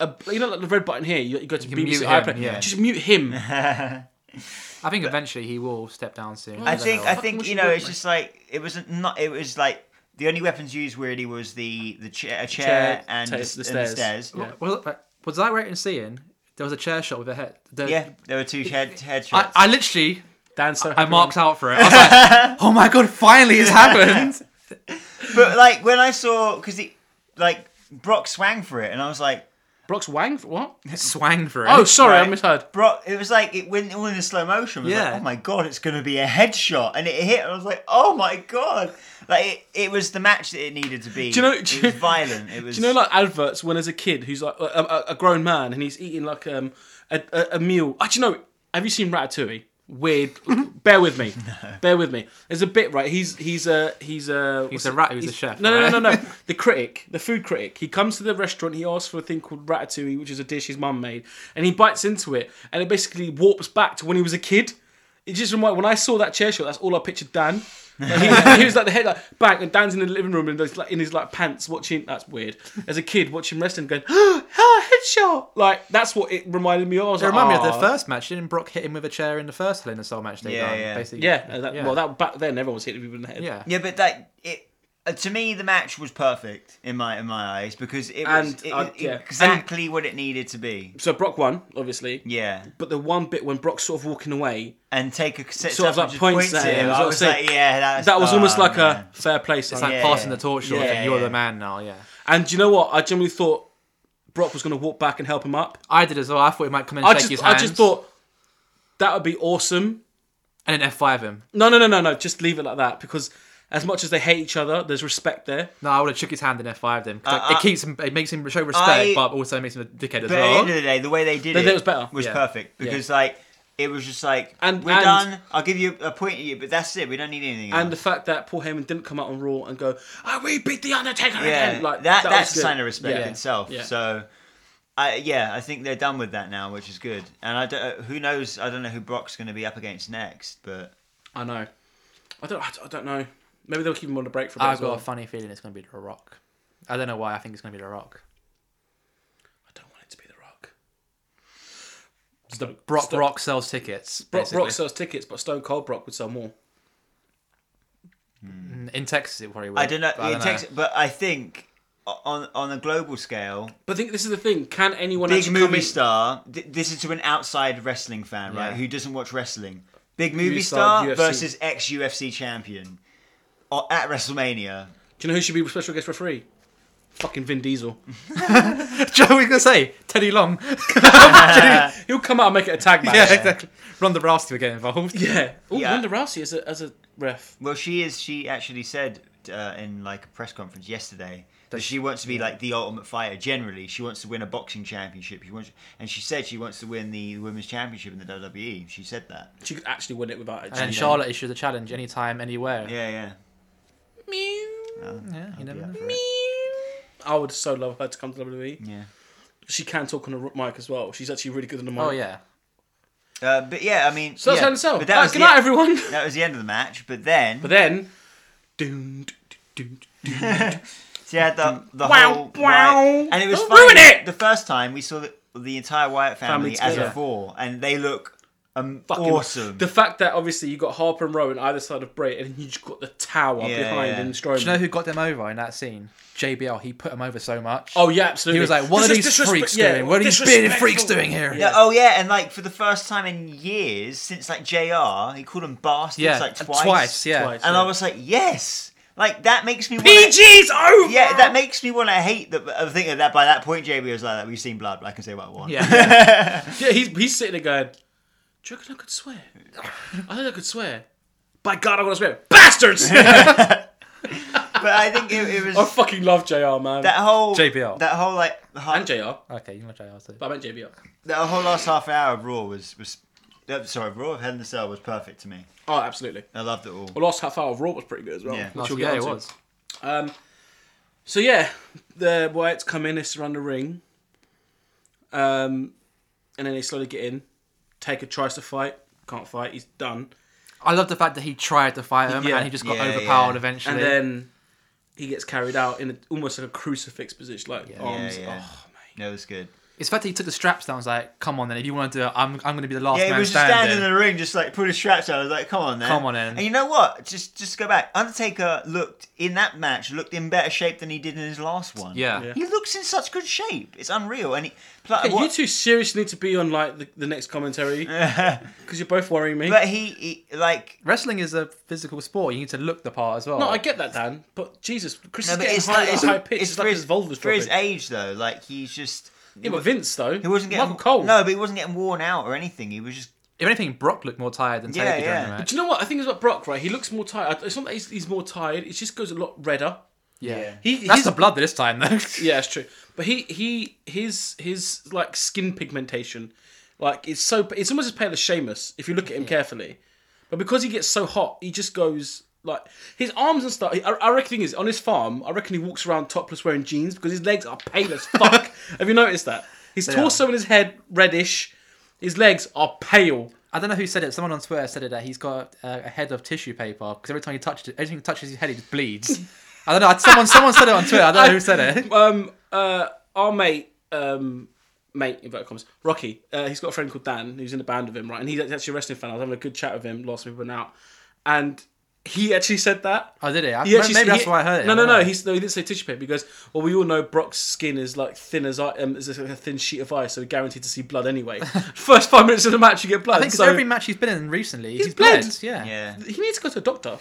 A: a you know like the red button here. You, you go to
B: can
A: BBC
B: mute
A: iPlayer,
B: him, yeah.
A: just mute
B: [LAUGHS]
A: him.
B: I think eventually he will step down soon.
C: I
B: don't
C: think
B: know.
C: I
A: Fucking
C: think
A: wish
C: you
A: you
C: know
A: would,
C: it's
A: mate.
C: just like it was not it was like the only weapons used really was the the chair, a chair,
A: Chair,
C: and,
A: ta-
C: the,
A: the
C: and the
A: stairs.
C: stairs.
A: Yeah.
B: Was, was I right in seeing there was a chair shot with a head? The-
C: Yeah, there were two head headshots.
B: I, I literally
A: Dan so
B: I
A: happy
B: marked out for it. I was [LAUGHS] like, oh my god, finally it's happened. [LAUGHS]
C: But like when I saw, because he like Brock swang for it, and I was like,
A: when- Brock's Wang for
B: [LAUGHS]
A: what?
B: Swang for it.
A: Oh, sorry, I
C: right,
A: misheard.
C: Brock, it was like it went all in slow motion. I was like,
B: Yeah.
C: oh my god, it's gonna be a headshot, and it hit. And I was like, oh my god, like it, it was the match that it needed to be.
A: Do you know-
C: It
A: do you-
C: was violent. It
A: [LAUGHS]
C: was.
A: Do you know like adverts when there's a kid who's like a, a, a grown man and he's eating like um a, a, a meal? Actually, no. Have you seen Ratatouille?
B: [LAUGHS]
A: Weird. Bear with me. Bear with me. There's a bit right. He's he's a he's a
B: He's a rat who's a chef,
A: No, no, no,
B: right?
A: no, no. the critic, the food critic. He comes to the restaurant. He asks for a thing called Ratatouille, which is a dish his mum made, and he bites into it, and it basically warps back to when he was a kid. It just reminds when I saw that chair shot. That's all I pictured Dan. Like,
B: [LAUGHS]
A: he, he was like the head like bang, and Dan's in the living room and he's like in his like pants watching. That's weird. As a kid watching wrestling, going, [GASPS] oh, headshot. Like that's what it reminded me of. I was
B: It
A: like,
B: reminded me of
A: "Aw."
B: the first match. Didn't Brock hit him with a chair in the first Hell in a Cell match they
C: Yeah,
B: done?
C: yeah.
B: Basically.
A: Yeah, uh, that,
B: Yeah.
A: Well, that back then everyone was hitting people in the head.
B: Yeah.
C: yeah, but like it. uh, To me, the match was perfect in my in my eyes because it was
A: And,
C: it
A: uh,
C: was
A: yeah.
C: exactly what it needed to be.
A: So Brock won, obviously.
C: Yeah,
A: But the one bit when Brock's sort of walking away,
C: and take a sets
A: Sort
C: up
A: of
C: and
A: like
C: just
A: points
C: points
A: at
C: at
A: him,
C: him.
A: is
C: I
A: what I'm
C: was
A: saying.
C: like, yeah, that's,
A: that was almost
C: oh,
A: like
C: man.
A: a fair play sign.
B: Ah, It's like
C: Yeah.
B: passing the torch. sort of
C: Yeah,
B: thing. You're
C: yeah.
B: the man now. Yeah.
A: And do you know what? I generally thought Brock was going to walk back and help him up.
B: I did as well. I thought he might come in and
A: I
B: shake his
A: just,
B: hands.
A: I just thought that would be awesome.
B: and then F5 him.
A: No, no, no, no, no. Just leave it like that because as much as they hate each other, there's respect there.
B: No, I would have shook his hand and F5 him. 'Cause
C: I-
B: it keeps him. It makes him show respect,
C: Uh-uh. I-
B: but also makes him a dickhead as
C: But at the end of
B: well.
C: the day, the way they did
A: They
C: it
A: did it was better.
B: Yeah.
C: perfect because like it was just like
A: And-
C: we're
A: and-
C: done. I'll give you a point at you, but that's it. We don't need anything.
A: And the
C: else.
A: fact that Paul Heyman didn't come out on Raw and go, oh, "We beat the Undertaker
C: yeah,
A: again," like
C: that,
A: that
C: that's
A: was
C: a
A: good.
C: sign of respect
A: Yeah.
C: itself.
A: Yeah.
C: So. I, yeah, I think they're done with that now, which is good. And I don't, who knows? I don't know who Brock's going to be up against next, but
A: I know. I don't. I don't- I don't know. Maybe they'll keep him Ah, on the break for a bit.
B: I've
A: as
B: got
A: well.
B: a funny feeling it's going to be The Rock. I don't know why. I think it's going to be The Rock.
A: I don't want it to be the Rock.
B: Brock
A: Stone-
B: Rock sells tickets.
A: Brock,
B: basically.
A: Brock sells tickets, but Stone Cold Brock would sell more.
B: in Texas, it probably would.
C: I don't know.
B: but I
C: in
B: don't know.
C: Texas, but I think on on a global scale,
A: But I think this is the thing. Can anyone
C: big
A: actually come
C: movie
A: in-
C: star. Th- this is to an outside wrestling fan, right?
B: Yeah.
C: Who doesn't watch wrestling? Big movie
A: star,
C: star
A: UFC.
C: versus ex UFC champion or at WrestleMania.
A: Do you know who should be special guest referee? Fucking Vin Diesel.
B: [LAUGHS] Do you know what we're gonna say? Teddy Long.
A: He'll come out and make it a
C: [LAUGHS]
A: tag match.
B: yeah, [LAUGHS] exactly. Ronda Rousey will get involved.
A: Yeah. Oh,
C: Yeah.
A: Ronda Rousey as a as a ref.
C: Well, she is. She actually said uh, in like a press conference yesterday that she wants to be like the ultimate fighter. Generally, she wants to win a boxing championship. She wants, and she said she wants to win the women's championship in the WWE. She said that.
A: She could actually win it without it.
B: And Charlotte issued a challenge anytime, anywhere.
C: Yeah, yeah. Uh,
B: Yeah, you never
C: yeah.
B: know.
A: I would so love her to come to WWE.
C: Yeah.
A: She can talk on the r- mic as well. She's actually really good on the mic.
B: Oh yeah.
C: Uh, but yeah, I mean,
A: So that's
C: yeah.
A: Hell in a Cell.
C: But that
A: Uh,
C: was
A: good
C: the- e-
A: night, everyone. [LAUGHS]
C: That was the end of the match. But then,
A: But then, doom, doom, doom,
C: so you had the the
A: Wow,
C: whole
A: wow.
C: Wyatt- and it was
A: Don't
C: funny.
A: ruin it!
C: The first time we saw the, the entire Wyatt family,
A: Family
C: as
A: together.
C: a four, and they look um,
A: fucking
C: awesome.
A: The fact that obviously you got Harper and Rowan either side of Bray, and you just got the tower
C: Yeah,
A: behind
C: yeah.
A: and
B: Do
A: Strowman.
B: you know who got them over in that scene? JBL. He put them over so much.
A: oh yeah, absolutely.
B: He was like, "What
A: This
B: are
A: is
B: these
A: disrespe-
B: freaks
A: yeah,
B: doing? What are these bearded
A: disrespectful."
B: freaks doing here?"
C: Yeah, Oh yeah, and like for the first time in years since like JR, he called him bastards
B: Yeah,
C: like
B: uh,
C: twice.
B: twice, yeah.
A: Twice,
C: And
A: yeah.
C: I was like, yes, like that makes me. Wanna,
A: PG's over.
C: yeah, that makes me want to hate that. I think that by that point, JB was like, that we've seen blood. I can say what I want.
B: Yeah.
A: Yeah, he's, he's sitting there going, Do you reckon I could
B: [LAUGHS]
A: swear? I think I could swear. By God, I want to swear.
C: [LAUGHS]
A: Bastards! I
C: but I think it,
A: [LAUGHS]
C: it was
A: fucking love JR, man.
C: that whole
B: JBL.
C: that whole like ha-
A: and JR.
B: okay, you know JR. So.
A: But I meant JBR.
C: that whole last half hour of Raw was was uh, sorry, Raw of Hell in a Cell was perfect to me.
A: Oh, absolutely.
C: I loved it all.
A: The last half hour of Raw was pretty good as well.
C: Yeah.
A: which we'll get
B: yeah, it
A: onto.
B: was.
A: So, yeah, the Wyatt's come in, they surround the ring. Um, and then they slowly get in. Taker tries to fight, can't fight, he's done.
B: I love the fact that he tried to fight him
A: Yeah.
B: and he just got
C: Yeah,
B: overpowered
C: yeah.
B: eventually.
A: And then he gets carried out in a, almost like a crucifix position, like arms.
C: yeah.
A: Oh, mate.
C: No, it was good.
B: it's the fact that he took the straps down. I was like, "Come on, then. If you want to do it, I'm, I'm going to be the last
C: Yeah, he
B: man
C: was just
B: standing."
C: standing in the ring, just like put his straps out. I was like, "Come on, then,
B: Come on, then.
C: And you know what? Just just go back. Undertaker looked in that match looked in better shape than he did in his last one.
B: Yeah. Yeah.
C: he looks in such good shape. It's unreal. And he, pl-
A: Hey, you
C: what,
A: two seriously need to be on like the, the next
C: [LAUGHS]
A: commentary because you're both worrying me.
C: but he, he like
B: Wrestling is a physical sport. You need to look the part as well.
A: no, I get that, Dan. But Jesus, Chris
C: no,
A: is
C: but
A: getting
C: it's
A: high,
C: like it's,
A: high pitch. It's,
C: for
A: like
C: his,
A: his vulva's
C: for his
A: dropping.
C: age though. Like he's just
A: Yeah, but Vince though,
C: he wasn't getting
A: Michael Cole.
C: No, but he wasn't getting worn out or anything. He was just
B: If anything, Brock looked more tired than
C: Yeah,
B: Taker during
C: yeah.
B: the match.
A: Do you know what I think is about Brock? Right, he looks more tired. It's not that he's, he's more tired. It just goes a lot redder.
B: Yeah.
A: He,
B: That's
A: his,
B: the blood this time, [LAUGHS] though.
A: [LAUGHS] yeah, that's true. But he he his his like skin pigmentation, like it's so it's almost as pale as Seamus if you look at him carefully. But because he gets so hot, he just goes like his arms and stuff. I, I reckon thing is on his farm. I reckon he walks around topless wearing jeans because his legs are pale as
B: [LAUGHS]
A: fuck. Have you noticed that? His torso and his head reddish. His legs are pale.
B: I don't know who said it. Someone on Twitter said it that he's got uh, a head of tissue paper because every time he touches it, everything that touches his head, he just bleeds. I don't know. Someone, someone said it on Twitter. I don't know who
A: [LAUGHS]
B: said it.
A: Um, uh, our mate, um, mate, inverted commas, Rocky. Uh, he's got a friend called Dan who's in a band with him, right? And he's actually a wrestling fan. I was having a good chat with him last time we went out, and he actually said that.
B: I Oh, did it. I,
A: He actually
B: maybe
A: said-
B: that's
A: he-
B: why I heard it.
A: No,
B: I
A: no,
B: don't
A: no.
B: know.
A: He's, no, he didn't say tissue paper because, well, we all know Brock's skin is like thin as i- um, is like a thin sheet of ice, so we're guaranteed to see blood
B: [LAUGHS]
A: anyway. First five minutes of the match, you get blood.
B: I think 'cause
A: so
B: every match he's been in recently, he's,
A: bled.
B: bled. Yeah.
C: yeah.
A: he needs to go to a doctor.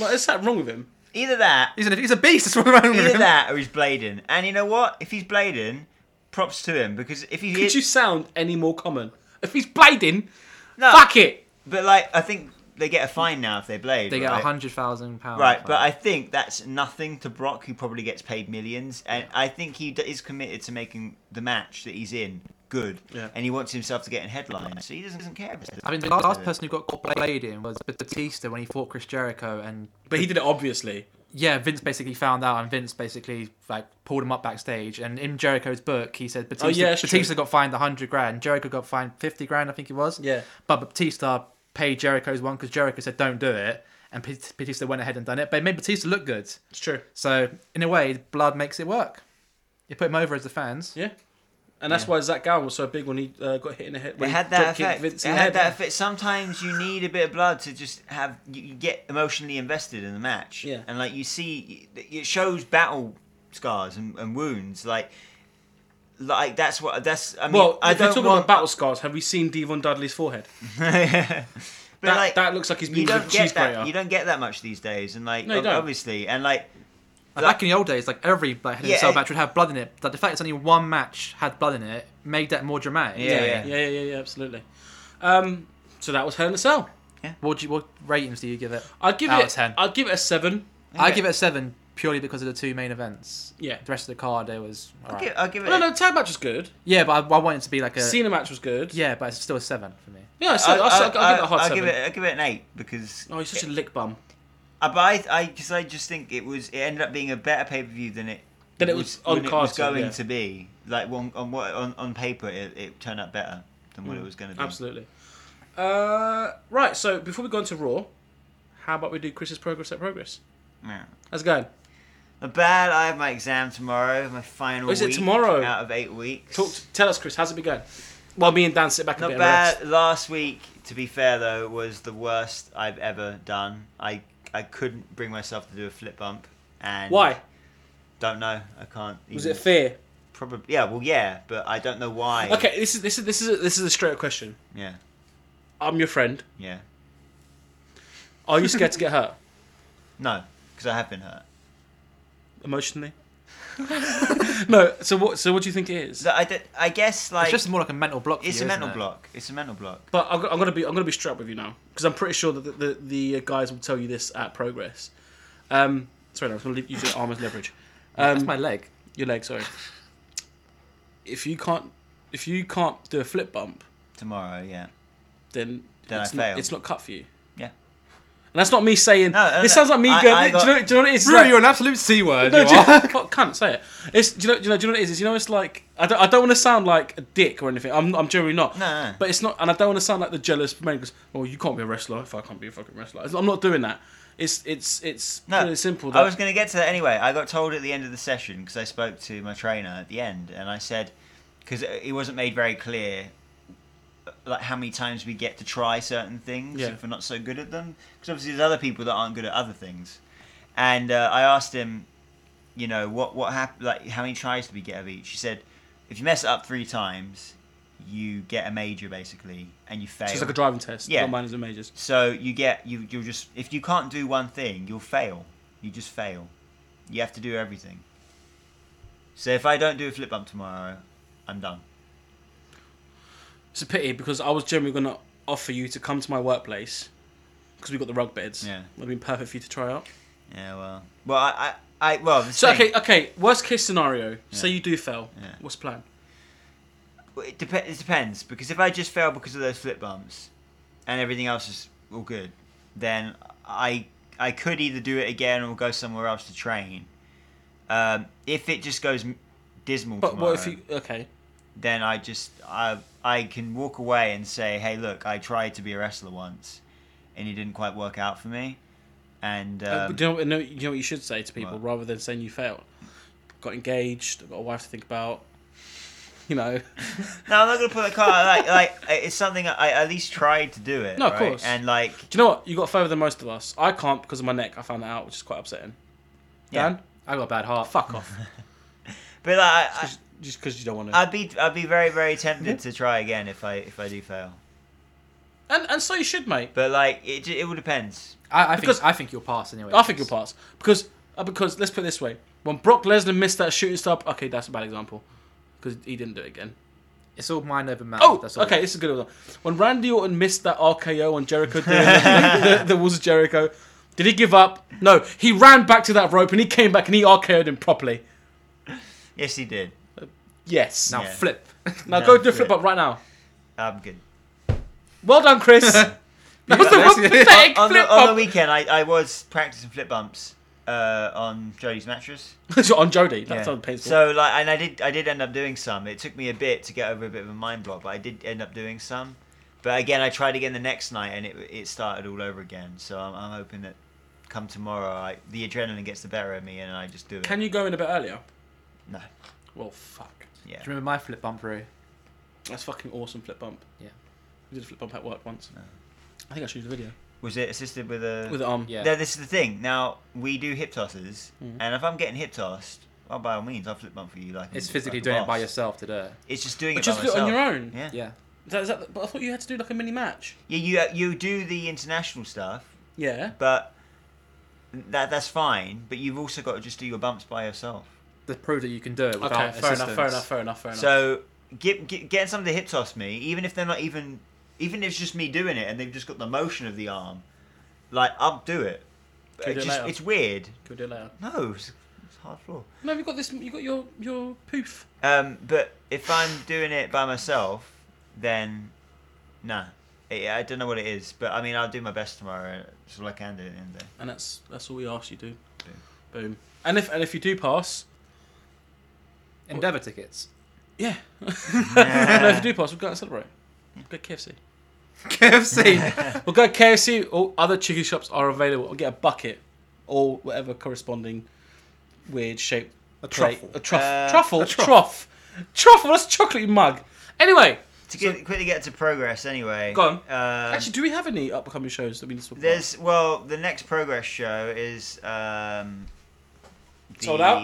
A: Like, is that wrong with him?
C: Either that,
B: He's, an, he's a beast. That's what's wrong with
C: either
B: him.
C: that, or Oh, he's blading. And you know what? If he's blading, props to him because if he
A: Could
C: is,
A: you sound any more common? If he's blading,
C: no,
A: fuck it.
C: But like, I think they get a fine now if they blade.
B: They get a
C: right?
B: hundred thousand pounds.
C: Right, but I think that's nothing to Brock, who probably gets paid millions, and I think he d- is committed to making the match that he's in good,
A: Yeah.
C: and he wants himself to get in headlines, so he doesn't, doesn't care. About
B: I mean, the last person who got caught blading was Batista when he fought Chris Jericho, and
A: But he did it obviously.
B: yeah, Vince basically found out, and Vince basically like pulled him up backstage. And in Jericho's book, he said Batista,
A: yeah, that's
B: Batista got fined hundred grand, Jericho got fined fifty grand, I think it was.
A: Yeah.
B: but Batista paid Jericho's one because Jericho said don't do it, and Bat- Batista went ahead and done it, but it made Batista look good.
A: It's true.
B: So in a way, blood makes it work. You put him over as the fans.
A: Yeah. and that's why Zach Gowan was so big when he uh, got hit in the head.
C: It
A: when he
C: had that
A: drop-kicked
C: effect. It
A: Vince in the
C: had
A: head.
C: that effect. Sometimes you need a bit of blood to just have you you get emotionally invested in the match.
A: Yeah.
C: And like you see, it shows battle scars and, and wounds. Like, like that's what that's. I mean,
A: Well,
C: I
A: if you're
C: don't
A: talking
C: want.
A: about battle scars, have we seen Devon Dudley's forehead?
C: [LAUGHS] but
A: that,
C: like
A: that looks like he's been
C: you
A: with a
C: don't
A: cheese
C: get
A: grater.
C: that. You don't get that much these days. And like
A: No, you
C: ob-
A: don't.
C: obviously, and like
B: Like, back in the old days, like every like head in
C: Yeah.
B: a cell match would have blood in it. But the fact it's only one match had blood in it made that more dramatic.
C: Yeah.
A: yeah, yeah, yeah, yeah, absolutely. Um, so that was Hell in a Cell.
B: What do you, what ratings do you give it?
A: I'd give
B: Out
A: it.
B: of 10.
A: I'd give it a seven.
B: I give it a seven purely because of the two main events.
A: Yeah.
B: The rest of the card, it was.
C: I'll
B: alright.
C: give, I'll give it.
A: No, no, tag match was good.
B: Yeah, but I, I want it to be like a.
A: Cena match was good.
B: Yeah, but it's still a seven for me.
A: yeah. So,
C: I,
A: I'll, I'll, I'll, give it a hard
C: I'll
A: seven.
C: give it. I'll give it an eight because
A: oh, he's such a lick bum.
C: Uh, but I, I, because I just think it was, it ended up being a better pay per view than it
A: Than it was on
C: when it
A: card,
C: was going
A: yeah.
C: to be. Like on on what on, on paper, it, it turned out better than what it was going to be.
A: Mm, Absolutely. Uh, right. So before we go into Raw, how about we do Chris's progress at progress?
C: Yeah.
A: How's it going?
C: Not bad. I have my exam tomorrow. My final.
A: Oh, is it
C: week
A: tomorrow?
C: Out of eight weeks.
A: Talk. To, tell us, Chris. How's it been going? Well, me and Dan sit back a
C: Not
A: bit and
C: bad.
A: rest.
C: Last week, to be fair though, was the worst I've ever done. I I couldn't bring myself to do a flip bump. And
A: Why?
C: Don't know. I can't.
A: Was
C: even-
A: it fear?
C: Probably. Yeah. Well, yeah. But I don't know why.
A: Okay. This is this is this is a, this is a straight up question.
C: Yeah.
A: I'm your friend.
C: Yeah.
A: Are you scared to get hurt
C: No, because I have been hurt.
A: emotionally? [LAUGHS] no. So what? So what do you think it is?
C: So I, d- I guess like
B: It's
C: it's,
B: just more like a mental block. for
C: a
B: you, isn't
C: mental
B: it?
C: block. It's a mental block.
A: But I'm, go- I'm gonna be I'm gonna be straight up with you now because I'm pretty sure that the, the, the guys will tell you this at progress. Um, sorry, no, I was gonna leave you to arm as leverage. Um,
B: That's my leg.
A: your leg, sorry. If you can't if you can't do a flip bump,
C: Tomorrow, yeah.
A: then,
C: Then I
A: it's, not,
C: fail.
A: it's not cut for you.
C: Yeah.
A: And that's not me saying.
C: No, no,
A: it sounds like me
C: I-
A: going. do,
C: I
A: you know,
C: got-
A: do you know what it is? It's
B: Bro,
A: like-
B: you're an absolute c word.
A: no,
B: you
A: do
B: [LAUGHS]
A: you,
B: are.
A: [LAUGHS] can't, can't say it. It's do you know do you know, do you know what it is? It's, you know it's like I don't, I don't want to sound like a dick or anything. I'm I'm generally not.
C: No, no.
A: But it's not, and I don't want to sound like the jealous man because oh you can't be a wrestler if I can't be a fucking wrestler. It's- I'm not doing that. It's it's it's
C: No,
A: really simple.
C: I
A: that-
C: was going to get to that anyway. I got told at the end of the session because I spoke to my trainer at the end, and I said because it wasn't made very clear like how many times we get to try certain things
A: Yeah.
C: if we're not so good at them. Because obviously there's other people that aren't good at other things, and uh, I asked him, you know, what what happened? Like how many tries did we get of each? He said, if you mess it up three times, you get a major basically, and you fail.
A: it's like a driving test.
C: Yeah.
A: not mine is a majors.
C: So you get you you'll just if you can't do one thing, you'll fail. You just fail. You have to do everything. So if I don't do a flip bump tomorrow, I'm done.
A: It's a pity because I was generally going to offer you to come to my workplace because we got the rug beds.
C: Yeah.
A: would have been perfect for you to try out.
C: Yeah, well, well, I, I, I well, the
A: So
C: thing-
A: okay, okay. Worst case scenario, say you do fail.
C: Yeah.
A: What's the plan? uh,
C: It, dep- it depends because if I just fail because of those flip bumps, and everything else is all good, then I I could either do it again or go somewhere else to train. Um, if it just goes m- dismal
A: But
C: tomorrow,
A: what if you? Okay,
C: then I just I I can walk away and say, hey, look, I tried to be a wrestler once, and it didn't quite work out for me, and
A: Uh,
C: um,
A: do you know, what- no, you know what you should say to people
C: What?
A: rather than saying you failed? Got engaged. I've got a wife to think about. [LAUGHS] You know.
C: no, I'm not gonna put the car like like it's something I, I at least tried to do it.
A: No, of
C: right?
A: course.
C: and like
A: Do you know what? You got further than most of us. I can't because of my neck. I found that out, which is quite upsetting.
C: yeah,
A: Dan,
B: I got a bad heart.
A: fuck off.
C: but like, I,
A: Just- Just because you don't want to.
C: I, I'd be I'd be very very tempted to try again if I if I do fail,
A: and and so you should, mate.
C: but like it j- it all depends.
B: I, I
A: Because-
B: think I think you'll pass anyway.
A: I think you'll pass because uh, because let's put it this way: when Brock Lesnar missed that shooting star, okay, that's a bad example because he didn't do it again.
B: It's all mind over matter.
A: Oh,
B: that's all.
A: okay, this is a good one. When Randy Orton missed that RKO on Jericho during the, the, the Walls of Jericho, did he give up? No, he ran back to that rope and he came back and he RKO'd him properly.
C: Yes, he did.
A: Yes.
B: Now
A: Now,
C: Yeah.
A: [LAUGHS]
B: flip.
A: now go
C: now
A: do a flip
C: flip.
A: up right now.
C: I'm good.
A: Well done, Chris. that was the most
B: Basically-
A: pathetic
C: On
A: flip
C: the, on the
A: [LAUGHS] up
C: weekend, I, I was practicing flip bumps uh, on Jody's mattress.
A: on Jody. That
C: Yeah.
A: sounded painful.
C: So like, and I did, I did end up doing some. It took me a bit to get over a bit of a mind block, but I did end up doing some. But again, I tried again the next night, and it it started all over again. So I'm, I'm hoping that come tomorrow, I, the adrenaline gets the better of me, and I just do it.
A: Can you go in a bit earlier?
C: no,
A: Well, fuck.
C: Yeah.
B: Do you remember my flip bumpery?
A: That's fucking awesome flip bump.
B: Yeah.
A: We did a flip bump at work once. I think I showed you the video.
C: Was it assisted with a?
A: With um, it on.
B: Yeah. Mm-hmm.
C: Now, this is the thing. Now we do hip tosses, and if I'm getting hip tossed, well, by all means, I'll flip bump for you. Like
A: Mm,
B: It's
C: a-
B: physically
C: like a
B: doing it by
C: boss.
B: yourself to do it.
C: It's just doing
A: But
C: it
A: just
C: by
A: do it on
C: myself.
A: your oown.
C: Yeah.
B: Yeah.
A: Is that, is that, but I thought you had to do like a mini match.
C: Yeah. You you do the international stuff,
A: Yeah.
C: but that that's fine. But you've also got to just do your bumps by yourself.
B: To prove that you can do it without
A: Okay. Fair enough.
B: assistance.
A: Fair enough. Fair enough. Fair enough.
C: So get, get getting somebody to hip toss me, even if they're not even, even if it's just me doing it and they've just got the motion of the arm, like I'll do it.
A: Can we
C: It
A: do it
C: just-
A: later?
C: it's weird.
A: Can we do it later?
C: No, it's, it's hard floor.
A: No, you got this. You got your your poof.
C: Um, but if I'm doing it by myself, then nah. I I don't know what it is, but I mean, I'll do my best tomorrow. That's all I can do at the end of the day.
A: And that's that's all we ask you to do.
C: Boom.
A: Boom. And if and if you do pass,
B: Endeavour tickets.
A: yeah. [LAUGHS] no, if you do pass, we'll go out and celebrate. Go
C: [LAUGHS]
A: KFC.
B: KFC.
A: We'll go KFC. All other chicken shops are available. We'll get a bucket or whatever corresponding weird shape.
B: A
A: plate.
B: truffle.
A: A truff.
C: Uh,
A: truffle.
B: a truff.
A: Trough. Truffle. That's a chocolate mug. Anyway,
C: To get, quickly get to progress, anyway.
A: Go on.
C: Um,
A: actually, do we have any upcoming shows that we need to talk about?
C: There's well, the next progress show is um, the
A: Sold out?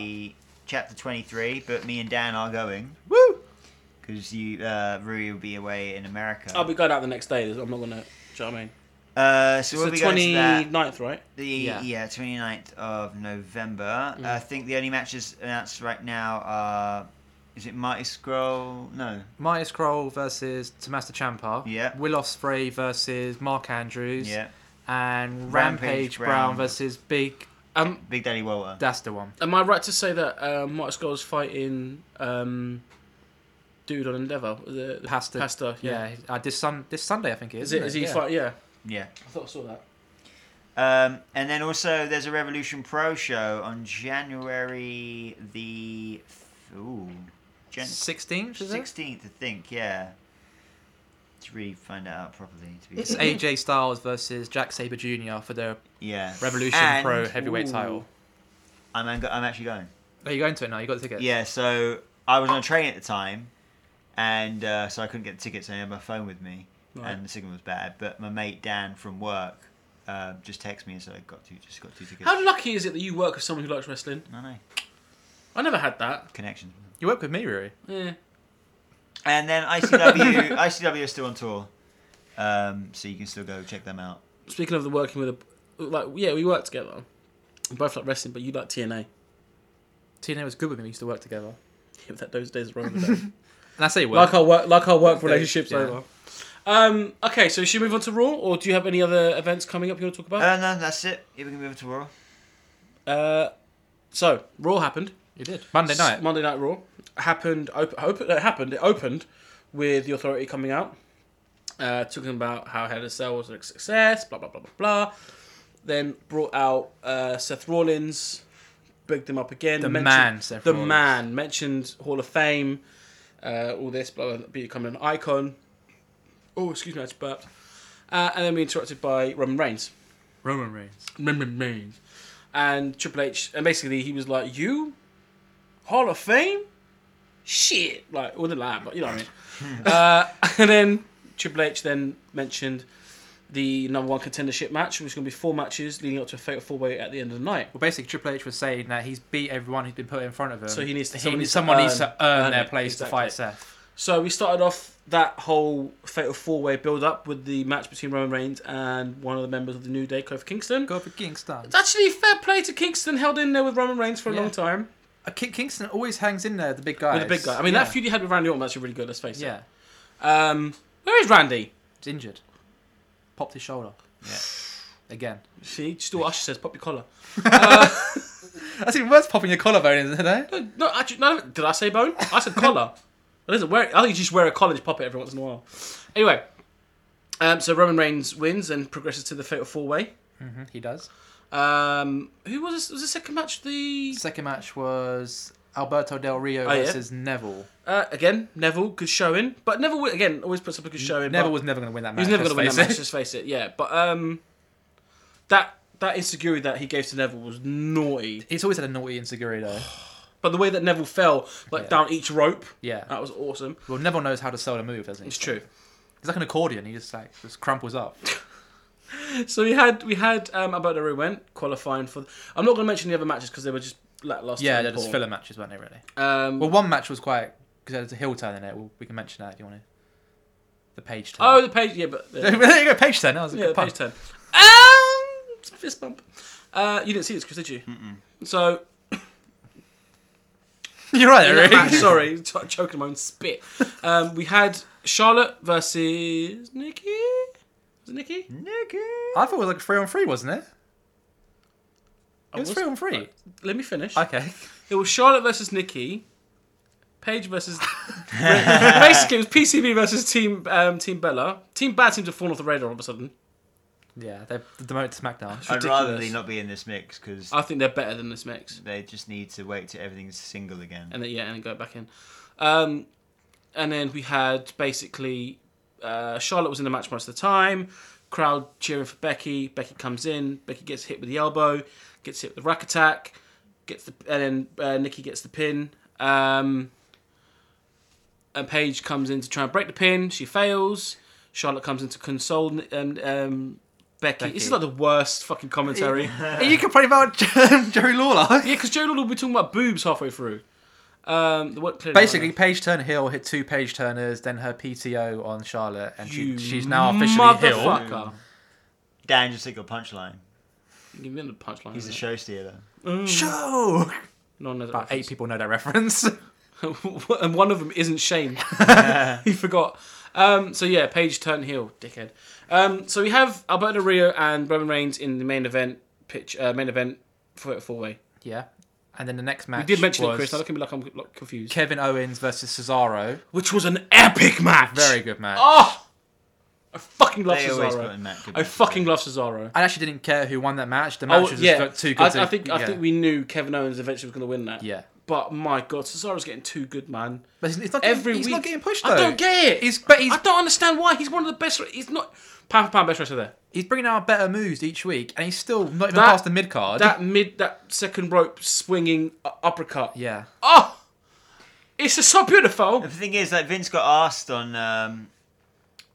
C: chapter twenty three, but me and Dan are going
A: Woo!
C: because you uh, Rui will be away in America.
A: I'll be going out the next day. I'm not gonna. Do you know what I mean?
C: uh, so
A: It's
C: we'll
A: the
C: be going to that
A: 29th, right?
C: the
B: Yeah.
C: yeah twenty 29th of November.
A: Mm.
C: I think the only matches announced right now are is it Marty Scroll? No,
B: Marty Scroll versus Tomasta Champa.
C: Yeah.
B: Will Ospreay versus Mark Andrews.
C: yeah,
B: And Rampage,
C: Rampage
B: Brown.
C: Brown.
B: versus Big.
A: Um,
C: Big Daddy Walter.
B: That's the one.
A: am I right to say that uh, Marty Scott's fighting um, dude on Endeavour? The, the
B: Pasta.
A: Pasta, yeah.
B: Yeah. Uh, this sun this Sunday I think it
A: Is
B: is.
A: it?
B: isn't
A: Is he
B: Yeah.
A: fight? Yeah.
C: yeah.
A: I thought I saw that.
C: Um, and then also there's a Revolution Pro show on January the ooh, Jan-
B: 16th, is it?
C: 16th, I think, yeah. To really find that out properly. To be
B: It's AJ Styles versus Jack Saber Jr. for the
C: yeah.
B: Revolution
C: And-
B: Pro Heavyweight
A: Ooh.
B: title.
C: I'm, ang- I'm actually going.
B: Are you going to it now? You got the tickets.
C: Yeah, so I was on a train at the time, and uh, so I couldn't get the tickets. and I had my phone with me,
A: Right.
C: and the signal was bad. But my mate Dan from work uh, just texted me and said I got two, just got two tickets.
A: How lucky is it that you work with someone who likes wrestling?
C: I know
A: I never had that.
C: connections.
B: You work with me, Rui.
A: Yeah.
C: And then
A: [LAUGHS]
C: ICW, ICW is still on tour, um, so you can still go check them out.
A: Speaking of the working with a, like, yeah, we work together. We both like wrestling, but you like TNA. Yeah,
B: TNA was good with me. We used to work together. And
A: but [LAUGHS] that those days are over. though.
B: [LAUGHS] I say work.
A: like our work, like our work
B: Those-
A: relationships
B: yeah.
A: over. Um. Okay, so should we move on to Raw, or do you have any other events coming up you want to talk about?
C: Uh, no, that's it. Yeah, we can move on to Raw.
A: Uh, so Raw happened.
B: you did. Monday night.
A: S- Monday Night Raw happened. Op- op- it happened. It opened with the Authority coming out, uh, talking about how Hell in a Cell was a success. Blah blah blah blah blah. Then brought out uh, Seth Rollins, bigged him up again.
B: The
A: mentioned-
B: man, Seth
A: the
B: Rollins.
A: man mentioned Hall of Fame. Uh, all this blah, blah, blah becoming an icon. Oh, excuse me, I just burped. Uh, and then we interrupted by Roman Reigns.
B: Roman Reigns.
A: Roman Reigns. And Triple H, and basically he was like, "You, Hall of Fame, shit." Like, wouldn't lie, but you know what I mean. uh, [LAUGHS] and then Triple H then mentioned the number one contendership match, which was going to be four matches leading up to a fatal four way at the end of the night.
B: Well, basically, Triple H was saying that he's beat everyone who's been put in front of him.
A: So he needs to-
B: He
A: someone
B: needs-
A: needs to
B: someone
A: earn-
B: needs to earn
A: earn
B: their
A: it,
B: place
A: exactly.
B: to fight Seth.
A: So we started off that whole fatal four way build up with the match between Roman Reigns and one of the members of the New Day, Kofi Kingston.
B: Go for Kingston.
A: It's actually fair play to Kingston, held in there with Roman Reigns for a
B: Yeah.
A: long time
B: Uh, Ki- Kingston always hangs in there, the big guy.
A: with a big guy. I mean,
B: yeah.
A: that feud he had with Randy Orton was actually really good. Let's face it.
B: Yeah,
A: Um, where is Randy?
B: he's injured. Popped his shoulder.
C: Yeah.
B: [SIGHS] Again.
A: See, just do what Usher says. Pop your collar.
B: That's even worse popping your collarbone, isn't it?
A: No, no, actually, no. no, Did I say bone? I said [LAUGHS] collar. I doesn't wear. I think you just wear a collar and just pop it every once in a while. Anyway, um, so Roman Reigns wins and progresses to the fatal four way.
B: Mm-hmm, he does.
A: Um, who was was the second match? The
B: Second match was Alberto Del Rio
A: Oh, yeah.
B: versus Neville.
A: uh, again Neville good showing, but Neville wi- again always puts up a good showing.
B: Neville
A: but
B: was never going to win that
A: he
B: match.
A: was never
B: let's
A: going to win that match.
B: face [LAUGHS] it.
A: Let's face it. Yeah, but um, that that insecurity that he gave to Neville was naughty. [SIGHS]
B: He's always had a naughty insecurity though.
A: But the way that Neville fell like
B: Yeah.
A: down each rope,
B: Yeah.
A: that was awesome.
B: Well, Neville knows how to sell a move, doesn't
A: Oh.
B: he?
A: It's true.
B: He's like an accordion. He just like just crumples up.
A: So we had we had um, about who went qualifying for. I'm not going to mention the other matches because they were just lackluster.
B: yeah,
A: and
B: they're just
A: poor.
B: filler matches, weren't they? Really.
A: Um,
B: Well, one match was quite because there's a hill turn in it. Well, we can mention that if you want to. The page turn.
A: oh, the page. Yeah, but yeah,
B: [LAUGHS] there you go, page turn. That was a
A: yeah
B: good
A: the
B: pun.
A: page ten. Um, fist bump. Uh, you didn't see this, Chris, did you? Mm-mm. So
B: You're right,
A: in
B: Rick.
A: that match,
B: [LAUGHS]
A: sorry, [LAUGHS] ch- choking my own spit. Um, we had Charlotte versus Nikki. Was it Nikki?
B: Hmm?
C: Nikki.
B: I thought it was like three on three, wasn't it? It was
A: was-
B: three on three.
A: Let me finish.
B: Okay.
A: It was Charlotte versus Nikki. Paige
B: [LAUGHS]
A: versus basically it was PCB versus Team um, Team Bella. Team Bad seems to have fallen off the radar all of a sudden.
B: Yeah, they demoted to SmackDown.
C: I'd rather
A: ridiculous. Oh.
C: they not be in this mix because
A: I think they're better than this mix,
C: they just need to wait till everything's single again.
A: and then, yeah, and then go back in. Um, and then we had basically uh, Charlotte was in the match most of the time. Crowd cheering for Becky. Becky comes in. Becky gets hit with the elbow, gets hit with the rack attack, gets the and then uh, Nikki gets the pin. Um, and Paige comes in to try and break the pin. She fails. Charlotte comes in to console um, um, Becky. This is
B: Becky.
A: like the worst fucking
B: [LAUGHS]
A: commentary.
B: you complain about [LAUGHS] Jerry Lawler.
A: Yeah, because Joe Lord will be talking about boobs halfway through. Um, the what, clearly
B: Basically, Paige Turner Hill hit two Page Turners, then her PTO on Charlotte, and she,
A: You
B: she's now officially Hill.
A: motherfucker.
C: Dan just took your punchline.
A: Give me the punchline.
C: He's a show stealer.
B: Show!
A: no one knows
B: About
A: that
B: eight people know that reference. [LAUGHS]
A: [LAUGHS] reference. and one of them isn't Shane. [LAUGHS] he forgot. Um, so yeah, Paige turned heel, dickhead. Um, so we have Alberto Rio and Roman Reigns in the main event pitch, uh, main event for four way.
B: yeah. And then the next match
A: You did mention it,
B: was
A: Chris. Now look at me like I'm like, confused.
B: Kevin Owens versus Cesaro.
A: Which was an epic match.
B: Very good match.
A: Oh, I fucking love
C: They always put
A: Cesaro.
C: in that. good
A: I
C: match.
A: fucking love Cesaro.
B: I actually didn't care who won that match. The match was just like, too good
A: Oh, I,
B: to
A: I think I
B: yeah.
A: think we knew Kevin Owens eventually was going to win that.
B: Yeah.
A: But my God, Cesaro's getting too good, man.
B: But he's, he's not getting,
A: Every
B: he's
A: week,
B: not getting pushed though.
A: I don't get it.
B: He's, but he's,
A: I don't understand why he's one of the best. He's not pound for pound best wrestler there.
B: he's bringing out better moves each week, and he's still not even
A: That-
B: past the mid card.
A: That mid, that second rope swinging u- uppercut.
B: Yeah.
A: Oh, it's just so beautiful.
C: The thing is, like Vince got asked on um,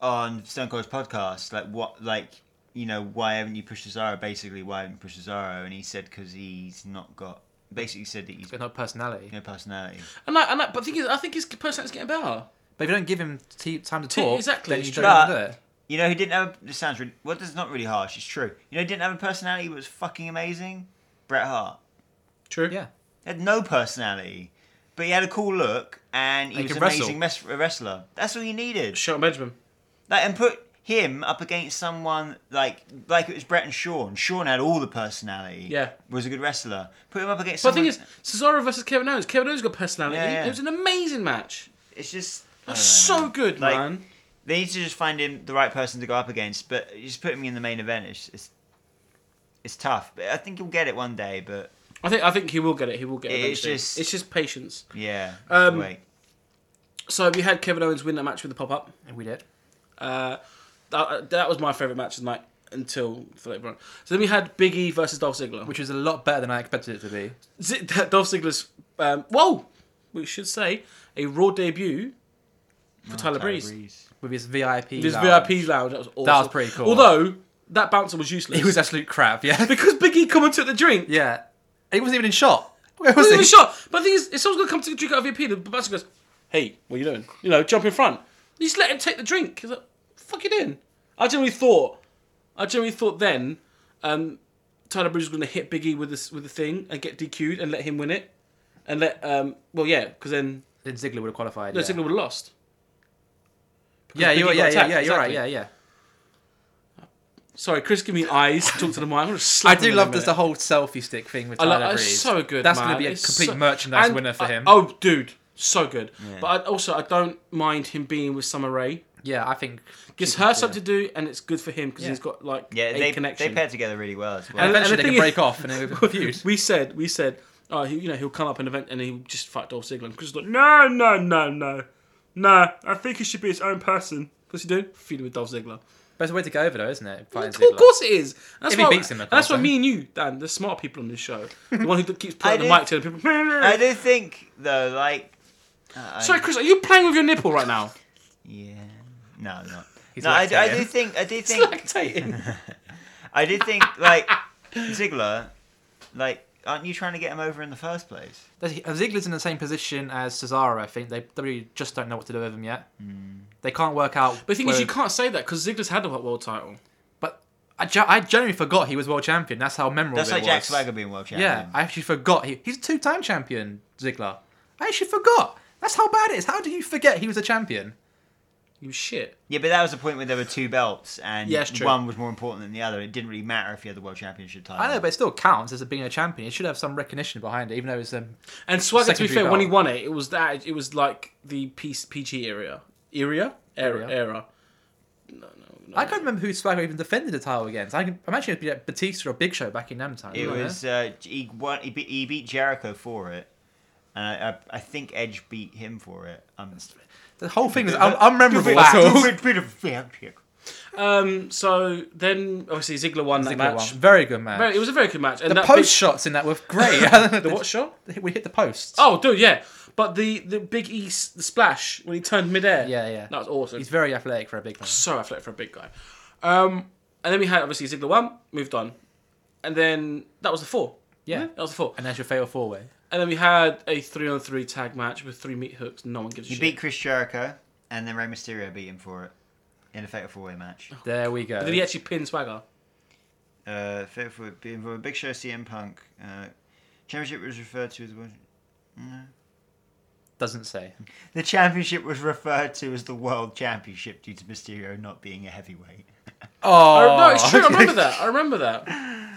C: on Stone Cold's podcast, like what, like you know, why haven't you pushed Cesaro? Basically, why haven't you pushed Cesaro? And he said because he's not got. Basically, said that he's
B: But not personality.
C: no personality.
A: And I, and I, but the thing is, I think his personality's getting better.
B: But if you don't give him t- time to
A: T-
B: talk,
A: exactly,
B: then
A: it's
B: you
A: true.
B: don't do it.
C: You know, he didn't have. This sounds really, well. This is not really harsh. It's true. You know, he didn't have a personality, but was fucking amazing. Bret Hart
A: True.
B: Yeah.
C: He had no personality, but he had a cool look and he
B: And he
C: was an
B: could wrestle.
C: amazing mes- wrestler. That's all you needed.
A: Shelton Benjamin.
C: Like, and put him up against someone like like it was Brett and Sean. Sean had all the personality.
A: Yeah.
C: was a good wrestler. Put him up against.
A: But the
C: someone,
A: thing is, Cesaro versus Kevin Owens. Kevin Owens got personality.
C: Yeah, yeah.
A: It was an amazing match.
C: it's just I
A: That's
C: don't know,
A: so
C: man.
A: good,
C: Like,
A: man.
C: They need to just find him the right person to go up against, but just put him in the main event. It's it's, it's tough. But I think he'll get it one day. But
A: I think I think he will get it. He will get it.
C: It's
A: eventually.
C: just-
A: it's just patience.
C: yeah,
A: Um,
C: wait.
A: So we had Kevin Owens win that match with the pop up.
B: And we did.
A: Uh, that, that was my favorite match of the night until Philip Brown. So then we had Big E versus Dolph Ziggler, which
B: Which was a lot better than I expected it to be.
A: Z- [LAUGHS] Dolph Ziggler's um, whoa, we should say a Raw debut for Ah, Tyler, Breeze.
B: With his VIP.
A: This
B: lounge.
A: VIP lounge that was awesome.
B: was pretty cool.
A: Although that bouncer was useless. [LAUGHS]
B: It was absolute crap, yeah. [LAUGHS]
A: because Big E come and took the drink.
B: yeah. He wasn't even in shot. [LAUGHS] Where
A: It
B: was
A: was
B: he?
A: a shot. But the thing is, if someone's gonna come to drink out of your pee, the bouncer goes, "Hey, what are you doing? You know, jump in front." You just let him take the drink. He's like, "Fuck you doing?" I generally thought, I generally thought then, um, Tyler Breeze was gonna hit Biggie with this with the thing and get DQ'd and let him win it, and let um, well yeah, because then
B: Then Ziggler would have qualified.
A: no
B: yeah.
A: Ziggler would have lost.
B: yeah,
A: Biggie
B: you're, yeah,
A: got
B: yeah,
A: attacked,
B: yeah, you're right,
A: exactly.
B: yeah, yeah.
A: Sorry, Chris, give me eyes. Talk to the mic. I'm gonna
B: I
A: slap him
B: do
A: in a
B: love this
A: minute.
B: the whole selfie stick thing with
A: I
B: Tyler
A: love, it's
B: Breeze.
A: so good.
B: That's
A: man.
B: gonna be a
A: It's
B: complete
A: so-
B: merchandise
A: and
B: winner for
A: I-
B: him.
A: Oh, dude, so good.
C: Yeah.
A: But I, also, I don't mind him being with Summer Rae.
B: Yeah, I think
A: Gives
B: she-
A: her
B: yeah.
A: something to do, and it's good for him because
B: Yeah.
A: he's got like
C: Yeah,
A: a
C: they
A: connection.
C: they paired together really well as well.
B: And
A: And
B: eventually
A: the
B: they
A: thing
B: can
A: is-
B: break off and it would be a
A: [LAUGHS]
B: feud.
A: we said, we said, oh, he, you know, he'll come up and event, and he'll just fight Dolph Ziggler. And Chris was like, no, no, no, no, no. I think he should be his own person. What's he doing? Feuding with Dolph Ziggler.
B: Best way to go over though, isn't it? Fighting
A: Of
B: Ziggler.
A: course it is. That's
B: If he
A: why,
B: beats him, of
A: that's
B: course,
A: why
B: eh?
A: me and you, Dan, the smart people on this show,
B: [LAUGHS]
A: the one who keeps putting the
C: I
A: mic to the people.
C: I do think though, like. Uh,
A: Sorry, Chris, are you playing with your nipple right now?
C: Yeah. No, I'm not.
B: He's
C: no, I, do- I
B: lactating.
C: do think. I
A: [LAUGHS]
C: do think.
A: Lactating.
C: I do think like Ziggler, like. Aren't you trying to get him over in the first place?
B: Does he- Ziggler's in the same position as Cesaro. I think they WWE just don't know what to do with him yet. They can't work out.
A: Hmm. But the thing is,
B: whether-
A: you can't say that because Ziggler's had a world title.
B: But I, ge- I genuinely forgot he was world champion. That's how memorable.
C: That's
B: it
C: like
B: was.
C: Jack Swagger being world champion.
B: Yeah, I actually forgot he, he's a two-time champion. Ziggler. I actually forgot. That's how bad it is. How do you forget he was a champion?
A: You shit.
C: Yeah, but that was the point where there were two belts, and
A: Yeah, it's true.
C: one was more important than the other. It didn't really matter if you had the world championship title.
B: I know, but it still counts as being a champion. It should have some recognition behind it, even though it's um,
A: And Swagger, to be
B: Secondary
A: fair, when he
B: belt.
A: won it, it was that it was like the P- PG area, area, era,
B: Area.
A: era. No, no, no.
B: I can't remember who Swagger even defended the title against. I can imagine it'd be like Batista or Big Show back in them time.
C: It was uh, he won. He beat, he beat Jericho for it, and I, I, I think Edge beat him for it. Um,
B: the whole thing was un- unmemorable. at all.
C: Bit, bit of fact check.
A: Um. So then, obviously, Ziggler won that
B: Ziggler
A: match.
B: won. Very good match.
A: Very- It was a very good match. And
B: the
A: that
B: post shots in that were
A: [LAUGHS]
B: great. [LAUGHS]
A: big- the what shot?
B: We hit the posts.
A: Oh, dude, yeah. But the the Big E s- the splash when he turned midair.
B: Yeah, yeah.
A: That was awesome.
B: He's very athletic for a big man.
A: so athletic for a big guy. Um, and then we had obviously Ziggler one, moved on, and then that was the four.
B: Yeah.
A: that was the four.
B: And that's your fatal four way.
A: And then we had a three on three tag match with three meat hooks. No one gives a
C: He
A: shit.
C: beat Chris Jericho, and then Rey Mysterio beat him for it in a fatal four way match.
B: There we go.
A: Did he actually pin Swagger?
B: Oh.
C: Uh, fatal four being for Big Show, CM Punk. Uh, championship was referred to as the-
B: Doesn't say.
C: the championship was referred to as the world championship due to Mysterio not being a heavyweight.
B: Oh,
A: Oh, no, it's true. I remember that. I remember that.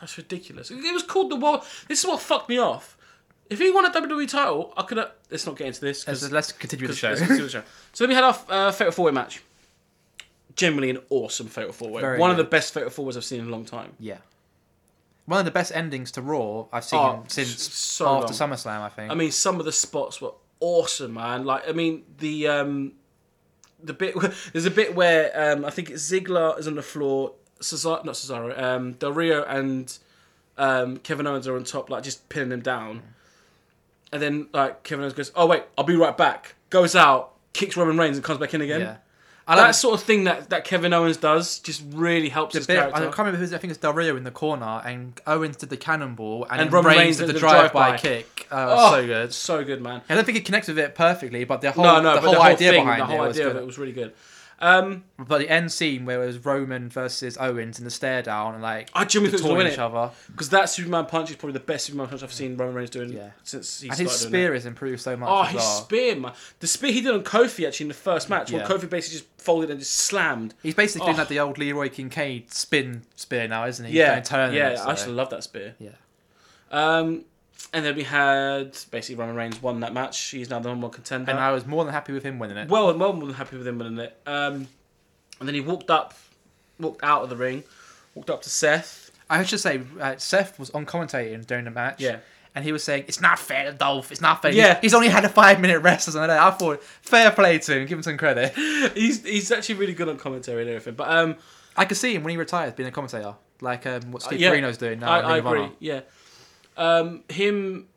A: That's ridiculous. It was called the world. This is what fucked me off. If he won a WWE title, I could have. Let's not get into this. 'cause-
B: [LAUGHS] Let's, let's continue with
A: 'cause-
B: the show.
A: let's continue the show. So then we had our uh, fatal four way match. Generally, an awesome fatal four way. One
B: Very
A: of the
B: good.
A: best fatal four ways I've seen in a long time.
B: [LAUGHS] yeah. One of the best endings to Raw I've seen
A: Oh,
B: since
A: s- so
B: after
A: long.
B: SummerSlam, I think.
A: I mean, some of the spots were awesome, man. Like, I mean, the um, the bit [LAUGHS] there's a bit where um, I think it's Ziggler is on the floor, Cesaro, not Cesaro, um, Del Rio and um, Kevin Owens are on top, like just pinning him down, and then like Kevin Owens goes, "Oh wait, I'll be right back." Goes out, kicks Roman Reigns, and comes back in again.
B: yeah. I
A: that
B: like
A: sort of thing that, that Kevin Owens does just really helps
B: the
A: his
B: bit, I
A: character.
B: can't remember who's. I think it's Del Rio in the corner, and Owens did the cannonball, and,
A: And
B: then
A: Roman Reigns
B: Reigns did the, drive-by
A: drive-by.
B: kick. Oh,
A: Oh,
B: so good.
A: so good, man.
B: I don't think it connects with it perfectly, but the whole,
A: No, no, but
B: the whole
A: the whole
B: idea
A: thing,
B: behind
A: the whole
B: it was
A: idea
B: good.
A: of it was really good. Um,
B: But the end scene where it was Roman versus Owens in the stare down and like
A: I genuinely thought it was gonna
B: taunting
A: win
B: each
A: it.
B: other.
A: Because that Superman punch is probably the best Superman punch I've seen Roman Reigns doing
B: Yeah.
A: since he
B: And
A: started
B: his
A: doing it.
B: spear has improved so much.
A: Oh,
B: as
A: his
B: well.
A: spear, man. The spear he did on Kofi actually in the first match,
B: Yeah.
A: where Kofi basically just folded and just slammed.
B: He's basically
A: Oh.
B: doing like the old Leroy Kincaid spin spear now, isn't he? He's
A: Yeah,
B: going turning
A: yeah,
B: it, so-
A: I actually love that spear.
B: Yeah.
A: Um, and then we had basically Roman Reigns won that match. He's now the number one contender.
B: And I was more than happy with him winning it.
A: well, and well, more than happy with him winning it. Um, and then he walked up, walked out of the ring, walked up to Seth. [LAUGHS]
B: I should say uh, Seth was on commentating during the match.
A: Yeah.
B: And he was saying, "It's not fair to Dolph. It's not fair.
A: Yeah.
B: He's, he's only had a five minute rest or something." Like that. I thought, fair play to him. Give him some credit.
A: He's he's actually really good on commentary and everything. But um,
B: I could see him when he retires being a commentator, like um, what Steve
A: Uh, yeah.
B: Marino's doing now.
A: I,
B: in Ring
A: I
B: of
A: agree.
B: Honor.
A: Yeah, um, him,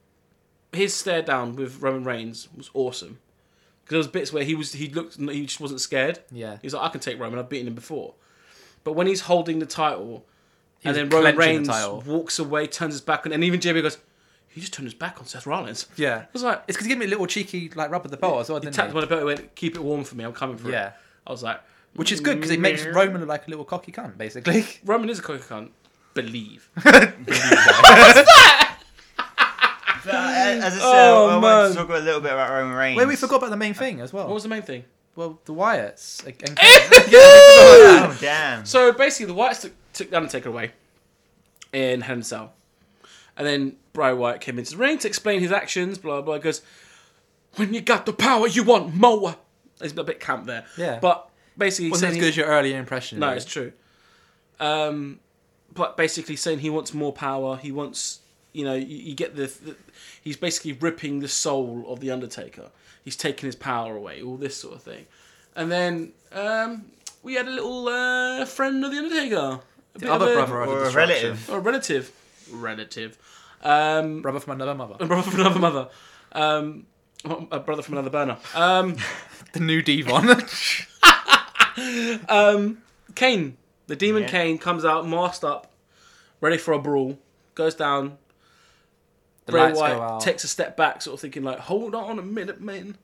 A: his stare down with Roman Reigns was awesome. Because there was bits where he was he looked he just wasn't scared.
B: Yeah.
A: He's like, I can take Roman. I've beaten him before. But when he's holding the title, and
B: was
A: then Roman
B: clenching
A: Reigns
B: the title.
A: walks away, turns his back on, and even JB goes, he just turned his back on Seth Rollins.
B: Yeah.
A: I was like,
B: It's because he gave me a little cheeky like rub of the belt as well,
A: he
B: didn't
A: tapped
B: he?
A: him on the belt. and went, keep it warm for me. I'm coming for it.
B: Yeah.
A: I was like,
B: Which is good because it makes Roman look like a little cocky cunt, basically. [LAUGHS]
A: Roman is a cocky cunt. Believe.
C: But, uh, as I said,
A: Oh,
C: I wanted
A: man.
C: to talk a little bit about Roman Reigns.
B: Wait, we forgot about the main thing as well.
A: What was the main thing?
B: well, the Wyatts. And-
A: [LAUGHS]
B: and-
C: Oh damn!
A: So basically, the Whites took, took the Undertaker away in Hell in a Cell. And then Bray Wyatt came into the ring to explain his actions, blah, blah, blah. He goes, When you got the power, you want more. It's a bit camp there.
B: Yeah.
A: But basically,
B: wasn't
A: saying he-
B: as good as your earlier impression.
A: No,
B: of it.
A: it's true. Um, but basically saying he wants more power. He wants, you know, you, you get the, the. He's basically ripping the soul of the Undertaker. He's taking his power away. All this sort of thing. And then um, we had a little uh, friend of the Undertaker. A bit
B: The
A: of
B: other
A: a-
B: brother of
C: Or
B: the
C: a
B: destruction.
C: relative.
A: Or relative. Relative. Um, [LAUGHS]
B: Brother from another mother.
A: a brother from another mother. Um, a brother from another burner. Um,
B: The new Devon.
A: um, Kane, the demon
C: Yeah.
A: Kane, comes out masked up, ready for a brawl, goes down.
B: [LAUGHS] The
A: Bray
B: lights go
A: White
B: out.
A: takes a step back, sort of thinking like, "Hold on a minute, man."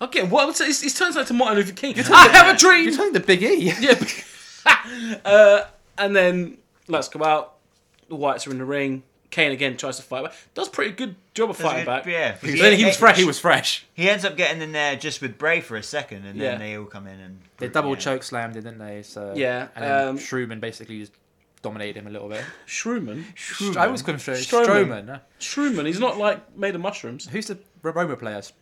A: Okay, well, it's, it's, it turns out to Martin Luther King. [LAUGHS]
B: [LAUGHS]
A: I have a dream.
B: You're talking the Big E.
A: Yeah. bec- [LAUGHS] uh, and then lights go out. The Whites are in the ring. Kane again tries to fight back. Does pretty good job of fighting
C: good-
A: back.
C: yeah,
A: But
C: he-
A: then he was
C: he-
A: fresh.
B: He was fresh.
C: He ends up getting in there just with Bray for a second, and
A: Yeah.
C: then they all come in and
B: They double
C: yeah.
B: choke slammed him, didn't they? So
A: Yeah,
B: and then
A: um,
B: Strowman basically just dominated him a little bit.
A: Shrewman.
C: Strowman.
B: I always call him Stro-
A: Strowman.
B: Strowman. huh?
A: Shrewman. He's not like made of mushrooms.
B: Who's the R- Roma players?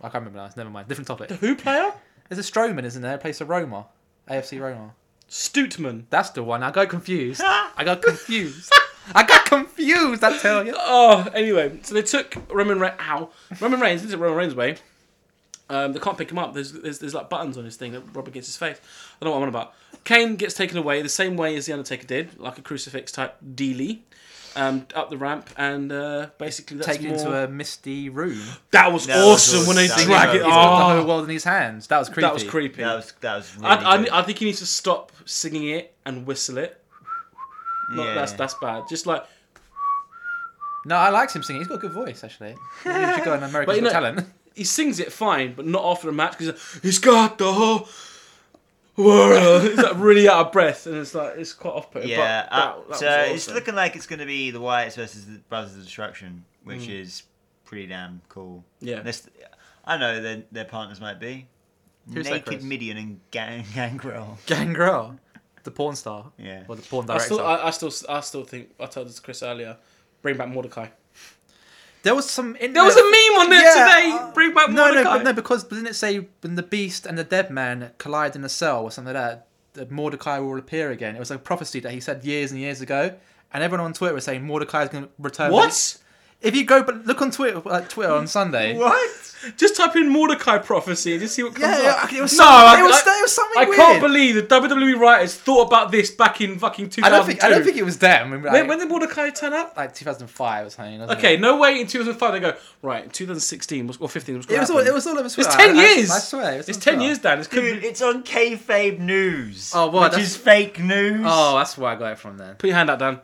B: I can't remember now. Never mind. Different topic.
A: Who player?
B: There's a Strowman, isn't there? Plays for Roma, AFC Roma.
A: Stootman.
B: That's the one. I got confused. I got
A: [LAUGHS]
B: confused. I got confused. I tell you.
A: Oh, anyway, so they took Roman Reigns. Ow, Roman Reigns. This is Roman Reigns' way. Um, they can't pick him up. There's, there's there's like buttons on his thing that rub against his face. I don't know what I'm on about. Kane gets taken away the same way as the Undertaker did, like a crucifix type dealy, um, up the ramp, and uh, basically that's
B: Taken
A: more.
B: into a misty room.
A: That was
C: That was
A: awesome when they
C: awesome.
A: drag it.
B: He's got the
A: Oh,
B: whole world in his hands. That was creepy.
A: that was creepy.
C: That was that was. Really
A: I,
C: good.
A: I, I think he needs to stop singing it and whistle it. Not,
C: Yeah.
A: That's that's bad. Just like
B: No, I liked him singing. He's got a good voice actually. Maybe he should go on
A: [LAUGHS]
B: American
A: But you know-
B: Talent.
A: he sings it fine, but not after the match because he's got the whole world. He's like really out of breath, and it's like it's quite off-putting.
C: Yeah,
A: but that,
C: uh,
A: that was
C: so it's
A: awesome.
C: looking like it's going to be the Wyatts versus the Brothers of Destruction, which is pretty damn cool.
A: Mm. Yeah.
C: Unless- I know their their partners might be
B: Who's that,
C: Naked
B: Chris?
C: Midian and Gang- [LAUGHS] Gangrel.
B: Gangrel, the porn star.
C: Yeah.
B: Or the porn
A: I
B: director.
A: still, I, I still, I still think I told this to Chris earlier. Bring back Mordecai.
B: there was some. In
A: There was a meme on there
B: Yeah,
A: today. Bring back
B: No, no,
A: Mordecai.
B: but no, because didn't it say when the beast and the dead man collide in a cell or something like that, that Mordecai will appear again? It was a prophecy that he said years and years ago, and everyone on Twitter was saying Mordecai is going to return.
A: What?
B: If you go, but look on Twitter, like Twitter
A: [LAUGHS]
B: on Sunday.
C: What?
A: Just type in Mordecai prophecy and just see what comes
B: Yeah,
A: up.
B: yeah, it was something- it was-
A: I,
B: it was something
A: I
B: weird.
A: can't believe the WWE writers thought about this back in fucking
B: I
A: 2002.
B: don't think I don't think it was them. When, like,
A: when, when did Mordecai turn up?
B: like 2005 or something. wasn't
A: Okay,
B: it?
A: no way. In 2005, they go right. 2016 was or 15 was.
B: It was all. It was all over Twitter.
A: It's ten
B: I- I-
A: years.
B: I, swear. It was
A: it's
B: on
A: ten
B: Twitter.
A: years, Dan. It's could
C: Dude, it's on kayfabe news.
B: Oh, what?
C: Which
B: That's-
C: is fake news.
B: Oh, that's where I got it from then.
A: put your hand out, Dan.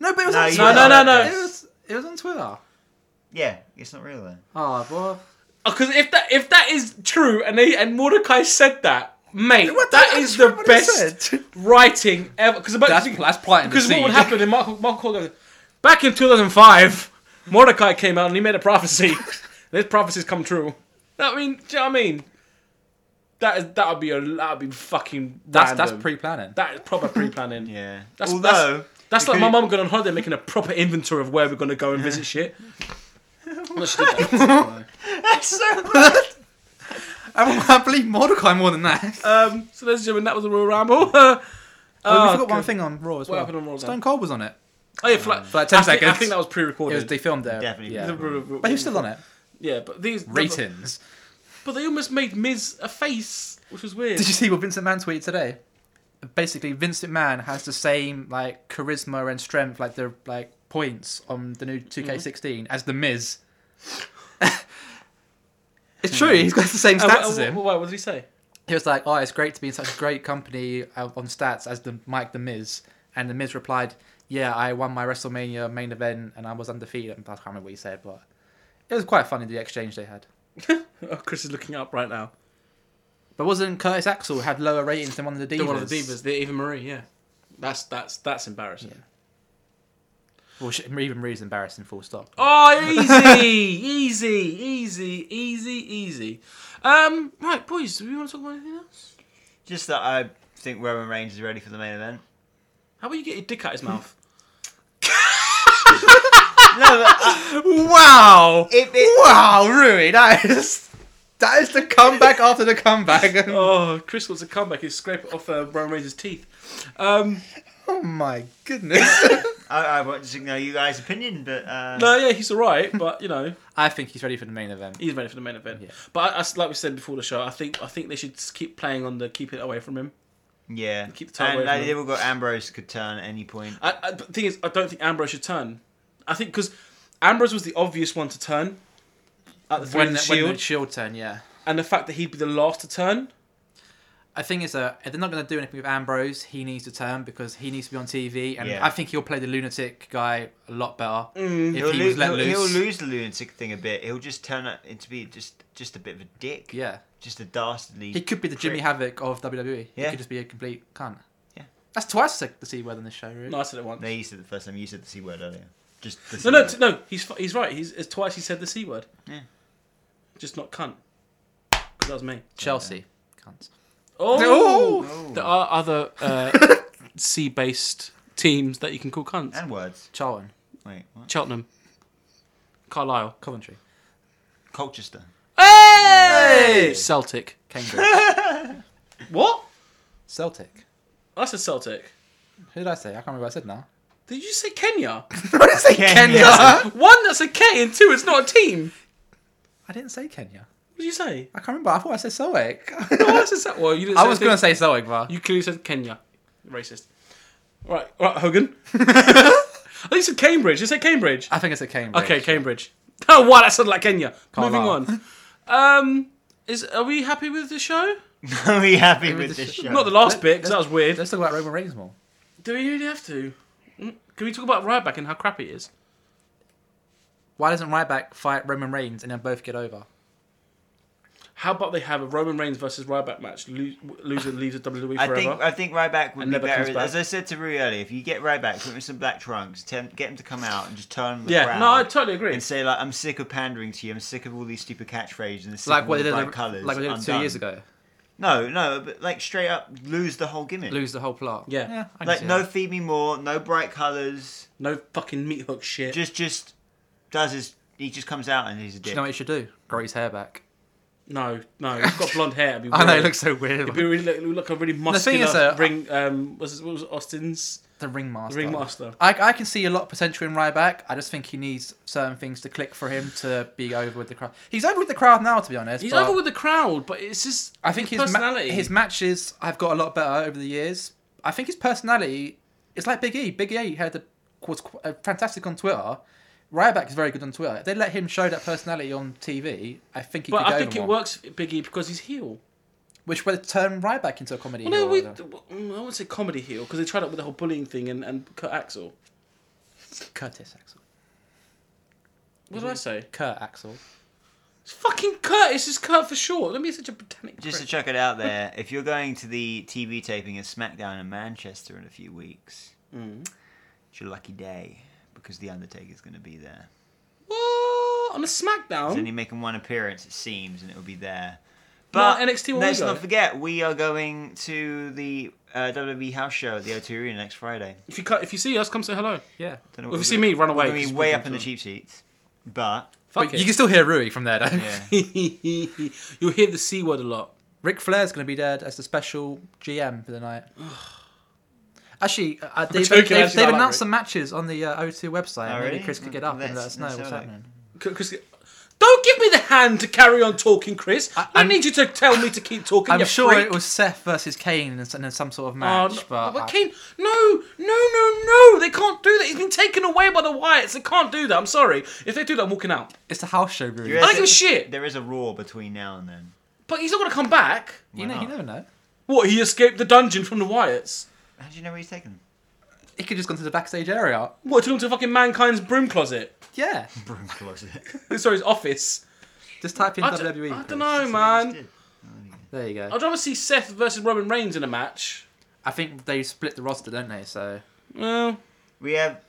B: No, but it was
C: No,
B: on
C: you
B: Twitter.
A: don't No, no, like no.
B: It
A: this.
B: was. It was on Twitter.
C: yeah, it's not real though.
B: Oh, boy.
A: Because if that if that is true, and they and Mordecai said that, mate,
B: What the
A: that
B: hell
A: is
B: is
A: the
B: wrong with
A: best
B: it?
A: writing ever. Because
B: That's that's planting the
A: because what
B: seed.
A: would happen in Michael Michael Cole goes, back in 2005, Mordecai came out and he made a
B: [LAUGHS]
A: prophecy. Those prophecies come true. I mean, do you know what I mean? That is that would be a that would be fucking
B: That's
A: random.
B: that's pre-planning.
A: that is proper pre
B: [LAUGHS]
A: planning.
C: Yeah.
A: That's-
C: Although
A: That's
C: you
A: like
C: could-
A: my mum going on holiday making a proper inventory of where we're going to go and visit
B: [LAUGHS]
A: shit. Well, she did that.
C: that's so.
B: I, I believe Mordecai more
A: [LAUGHS]
B: than that.
A: [LAUGHS] um, so, ladies and gentlemen, that was the Royal Ramble. [LAUGHS] Uh,
B: Well,
A: oh,
B: we forgot one
A: God.
B: thing on Raw as
A: What
B: well.
A: happened on Raw then?
B: Stone Cold was on it.
A: Oh, yeah, for like,
B: For like 10
A: I think- I
B: seconds.
A: think that was pre
B: It was
A: recorded.
B: they filmed there.
C: Definitely.
B: Yeah.
C: The-
B: But he was still
A: [LAUGHS]
B: on it.
A: Yeah, but these. [LAUGHS]
B: Ratings.
A: But they almost made Miz a face, which was weird.
B: Did you see what Vincent Man tweeted today? Basically, Vincent Man has the same like charisma and strength, like the like points on the new
A: Mm-hmm.
B: 2K16 as the Miz. [LAUGHS] it's true. He's got the same
A: Uh,
B: stats
A: wha-
B: as him.
A: wha- wha- what did he say? [LAUGHS]
B: he was like, "Oh, it's great to be in such great company uh, on stats as the Mike the Miz." And the Miz replied, "Yeah, I won my WrestleMania main event and I was undefeated." I can't remember what he said, but it was quite funny the exchange they had.
A: Oh, Chris is looking up right now.
B: But wasn't Curtis Axel had lower ratings than one of the divas?
A: They're one of the divas, the Eva Marie, yeah. That's that's that's embarrassing.
B: Well, sh- even Marie's embarrassing. Full stop.
A: Oh, easy, easy, easy, easy, easy. Um, right, boys, do we want to talk about anything else?
C: Just that I think Roman Reigns is ready for the main event.
A: How about you get your dick out his
B: [LAUGHS]
A: mouth?
C: No, but uh,
A: Oh,
B: Wow!
C: If it-
B: Wow, Rui, that is that is the comeback after the comeback. [LAUGHS]
A: oh, Chris wants a comeback. He'll scrape it off uh, Roman Reigns' teeth. Um,
B: Oh my
A: [LAUGHS]
B: goodness.
C: I, I want to know you guys' opinion, but uh,
A: No, yeah, he's all right, [LAUGHS] but you know,
B: I think he's ready for the main event.
A: he's ready for the main event.
B: Yeah.
A: But I, I- like we said before the show, I think I think they should just keep playing on the keep it away from him.
C: yeah,
A: Keep the title away from
C: and like,
A: him. Uh,
C: they've all got Ambrose could turn at any point.
A: I, I, but the thing is, I don't think Ambrose should turn. I think because Ambrose was the obvious one to turn at the, when,
B: When,
A: the
B: when
A: Shield,
B: the shield turn, yeah.
A: and the fact that he'd be the last to turn.
B: I think it's a. If they're not going to do anything with Ambrose, he needs to turn because he needs to be on TV, and
C: Yeah.
B: I think he'll play the lunatic guy a lot better if
C: Mm, He'll,
B: he
C: loo-
B: was let
C: he'll,
B: loose.
C: he'll lose the lunatic thing a bit. He'll just turn up into be just just a bit of a dick.
B: Yeah,
C: just a dastardly.
B: he could be the Jimmy
C: prick.
B: Havoc of WWE. He
C: Yeah.
B: could just be a complete cunt.
C: Yeah.
B: that's twice the the c word in this show. Really.
A: No, I said it once.
C: [LAUGHS] No, you said it the first time you said the c word earlier. Just the
A: No, no,
C: C
A: t- no. He's f- he's right. He's it's twice he said the c word.
C: Yeah.
A: Just not cunt. 'Cause that was me.
B: Chelsea, cunts.
A: Oh,
C: Oh.
A: there are other uh, [LAUGHS] sea-based teams that you can call cunts.
C: word. and words.
B: Charlton,
C: Wait, what?
A: Cheltenham, Carlisle,
B: Coventry,
C: Colchester.
A: hey, Celtic.
B: Cambridge,
C: [LAUGHS]
A: What?
B: Celtic.
A: I said Celtic.
B: Who did I say? I can't remember what I said
C: [LAUGHS]
B: now.
A: Did you say Kenya? [LAUGHS]
B: I didn't say
C: Kenya.
A: One, that's a K, and two, it's not a team.
B: [LAUGHS] I didn't say Kenya.
A: What did you say?
B: I can't remember. I thought [LAUGHS] I said
A: No, I
B: Soek.
A: said Cel- Well, [LAUGHS] you didn't.
B: I was going to
A: anything.
B: say Soek,
A: [LAUGHS]
B: but
A: you clearly said Kenya. Racist. Right, right, Hogan. [LAUGHS] I think you said Cambridge. You said Cambridge.
B: I think it's a Cambridge.
A: Okay, Cambridge. [LAUGHS] Oh, wow, that sounded like Kenya.
B: Carlisle.
A: Moving [LAUGHS] on. Um, is are we happy with the show?
C: Are we happy
B: Maybe
C: with
B: this
C: this
B: should-
C: show?
A: Not the last bit, 'cause
B: let's-
A: that was weird.
B: Let's talk about Roman Reigns more.
A: Do we really have to? Mm, Can we talk about Ryback and how crappy it is?
B: Why doesn't Ryback fight Roman Reigns and then both get over?
A: How about they have a Roman Reigns versus Ryback match? Lo- loser leaves the WWE
C: I
A: forever.
C: think I think Ryback would
A: And
C: be
A: never comes
C: better.
A: back.
C: As I said to Rui earlier, if you get Ryback, put him in some black trunks, tem- get him to come out and just turn the
A: yeah,
C: crowd
A: no, I totally agree.
C: and say like, "I'm sick of pandering to you. I'm sick of all these stupid catchphrases and sick
B: Like
C: of
B: what
C: all
B: they did,
C: the bright
B: like
C: colours."
B: what they did two
C: I'm
B: years
C: done."
B: ago.
C: No, no, but like straight up lose the whole gimmick.
B: Lose the whole plot.
A: Yeah.
B: I can
C: like
B: see
C: no
B: that.
C: feed me more, no bright colours.
A: No fucking meat hook shit.
C: Just just does his. He just comes out and he's a
B: Do
C: dick.
B: you know what you should do? Grow his hair back.
A: no, no, he's got blonde hair. It'd be
B: [LAUGHS] I know it
A: weird.
B: looks so weird.
A: It'd be really, look, look like a really muscular
B: The thing is, uh,
A: ring. Um, was it, what was it, Austin's
B: the ringmaster.
A: ringmaster?
B: I, I can see a lot of potential in Ryback. I just think he needs certain things to click for him to be over with the crowd. He's over with the crowd now, to be honest.
A: He's
B: but
A: over with the crowd, but it's just
B: I think his, ma-
A: personality.
B: his matches have got a lot better over the years. I think his personality is like Big E. Big E had a, was qu- uh, fantastic on Twitter. Ryback is very good on Twitter. If they let him show that personality on TV, I think he
A: but
B: could go
A: I think
B: over
A: it
B: more.
A: works, Biggie, because he's heel.
B: Which would turn Ryback into a comedy.
A: Well, no,
B: heel
A: we,
B: or
A: I won't say comedy heel because they tried it with the whole bullying thing and, and Kurt Axel.
B: Curtis Axel.
A: What did I say?
B: Kurt Axel.
A: It's fucking Kurt. It's just Kurt for short. Let me be such a Britannic.
C: Just to
A: prick.
C: chuck
A: [LAUGHS]
C: it out there, if you're going to the TV taping of SmackDown in Manchester in a few weeks,
A: Mm.
C: it's your lucky day because The Undertaker's going to be there.
A: What? on a
C: He's only
A: SmackDown.
C: making one appearance, it seems, and it'll be there.
A: Well,
C: But
A: NXT will
C: let's
A: go.
C: not forget, we are going to the uh, WWE house show at the O2 Arena next Friday.
A: If you cut, if you see us, come say hello.
B: Yeah.
C: Don't know
A: Well,
C: we're
A: if you
C: gonna-
A: see me, run away,
C: We're going to
A: 'cause
C: be way
A: we
C: up in the
A: can-
C: cheap seats, but
A: Fuck
B: But
A: it.
B: you can still hear Rui from there, though.
C: yeah,
A: [LAUGHS] You'll hear the c word a lot.
B: Ric Flair's going to be there as the special GM for
A: [SIGHS]
B: the night. Actually, uh, they've,
A: joking,
B: they've,
A: actually, I
B: they've
A: like
B: announced
A: Ric.
B: some matches on the uh, O2 website.
C: Oh,
B: Maybe
C: really?
B: Chris could get up
C: Let's-
B: and let us know
C: let's
B: what's
C: have a look.
B: happening.
A: C- Chris, don't give me the hand to carry on talking, Chris. I,
B: I'm-
A: need you to tell me to keep talking.
B: I'm
A: you
B: sure
A: freak.
B: it was Seth versus Kane in, s- in some sort of
A: Oh,
B: match,
A: no,
B: but, uh,
A: but
B: I-
A: Kane, no, no, no, no! They can't do that. He's been taken away by the Wyatts. They can't do that. I'm sorry. If they do that, I'm walking out.
B: it's a house show, Rui.
C: You're
A: I
B: You
C: right.
A: don't give a shit.
C: there is a Raw between now and then.
A: But he's not gonna come back.
C: Why
B: know, you
C: not?
B: never know.
A: What? He escaped the dungeon from the Wyatts.
C: How do you know where he's taken?
B: He could just gone to the backstage area.
A: What? Took him to fucking mankind's broom closet. [LAUGHS]
B: Yeah,
C: Broom closet.
A: Sorry, his office.
B: just type in E,
A: I d-
B: WWE.
A: I
B: Chris.
A: don't know,
C: [LAUGHS]
A: man.
B: There you go.
A: I'd rather see Seth versus Roman Reigns in a match.
B: I think they split the roster, don't they? So
A: Well,
C: We have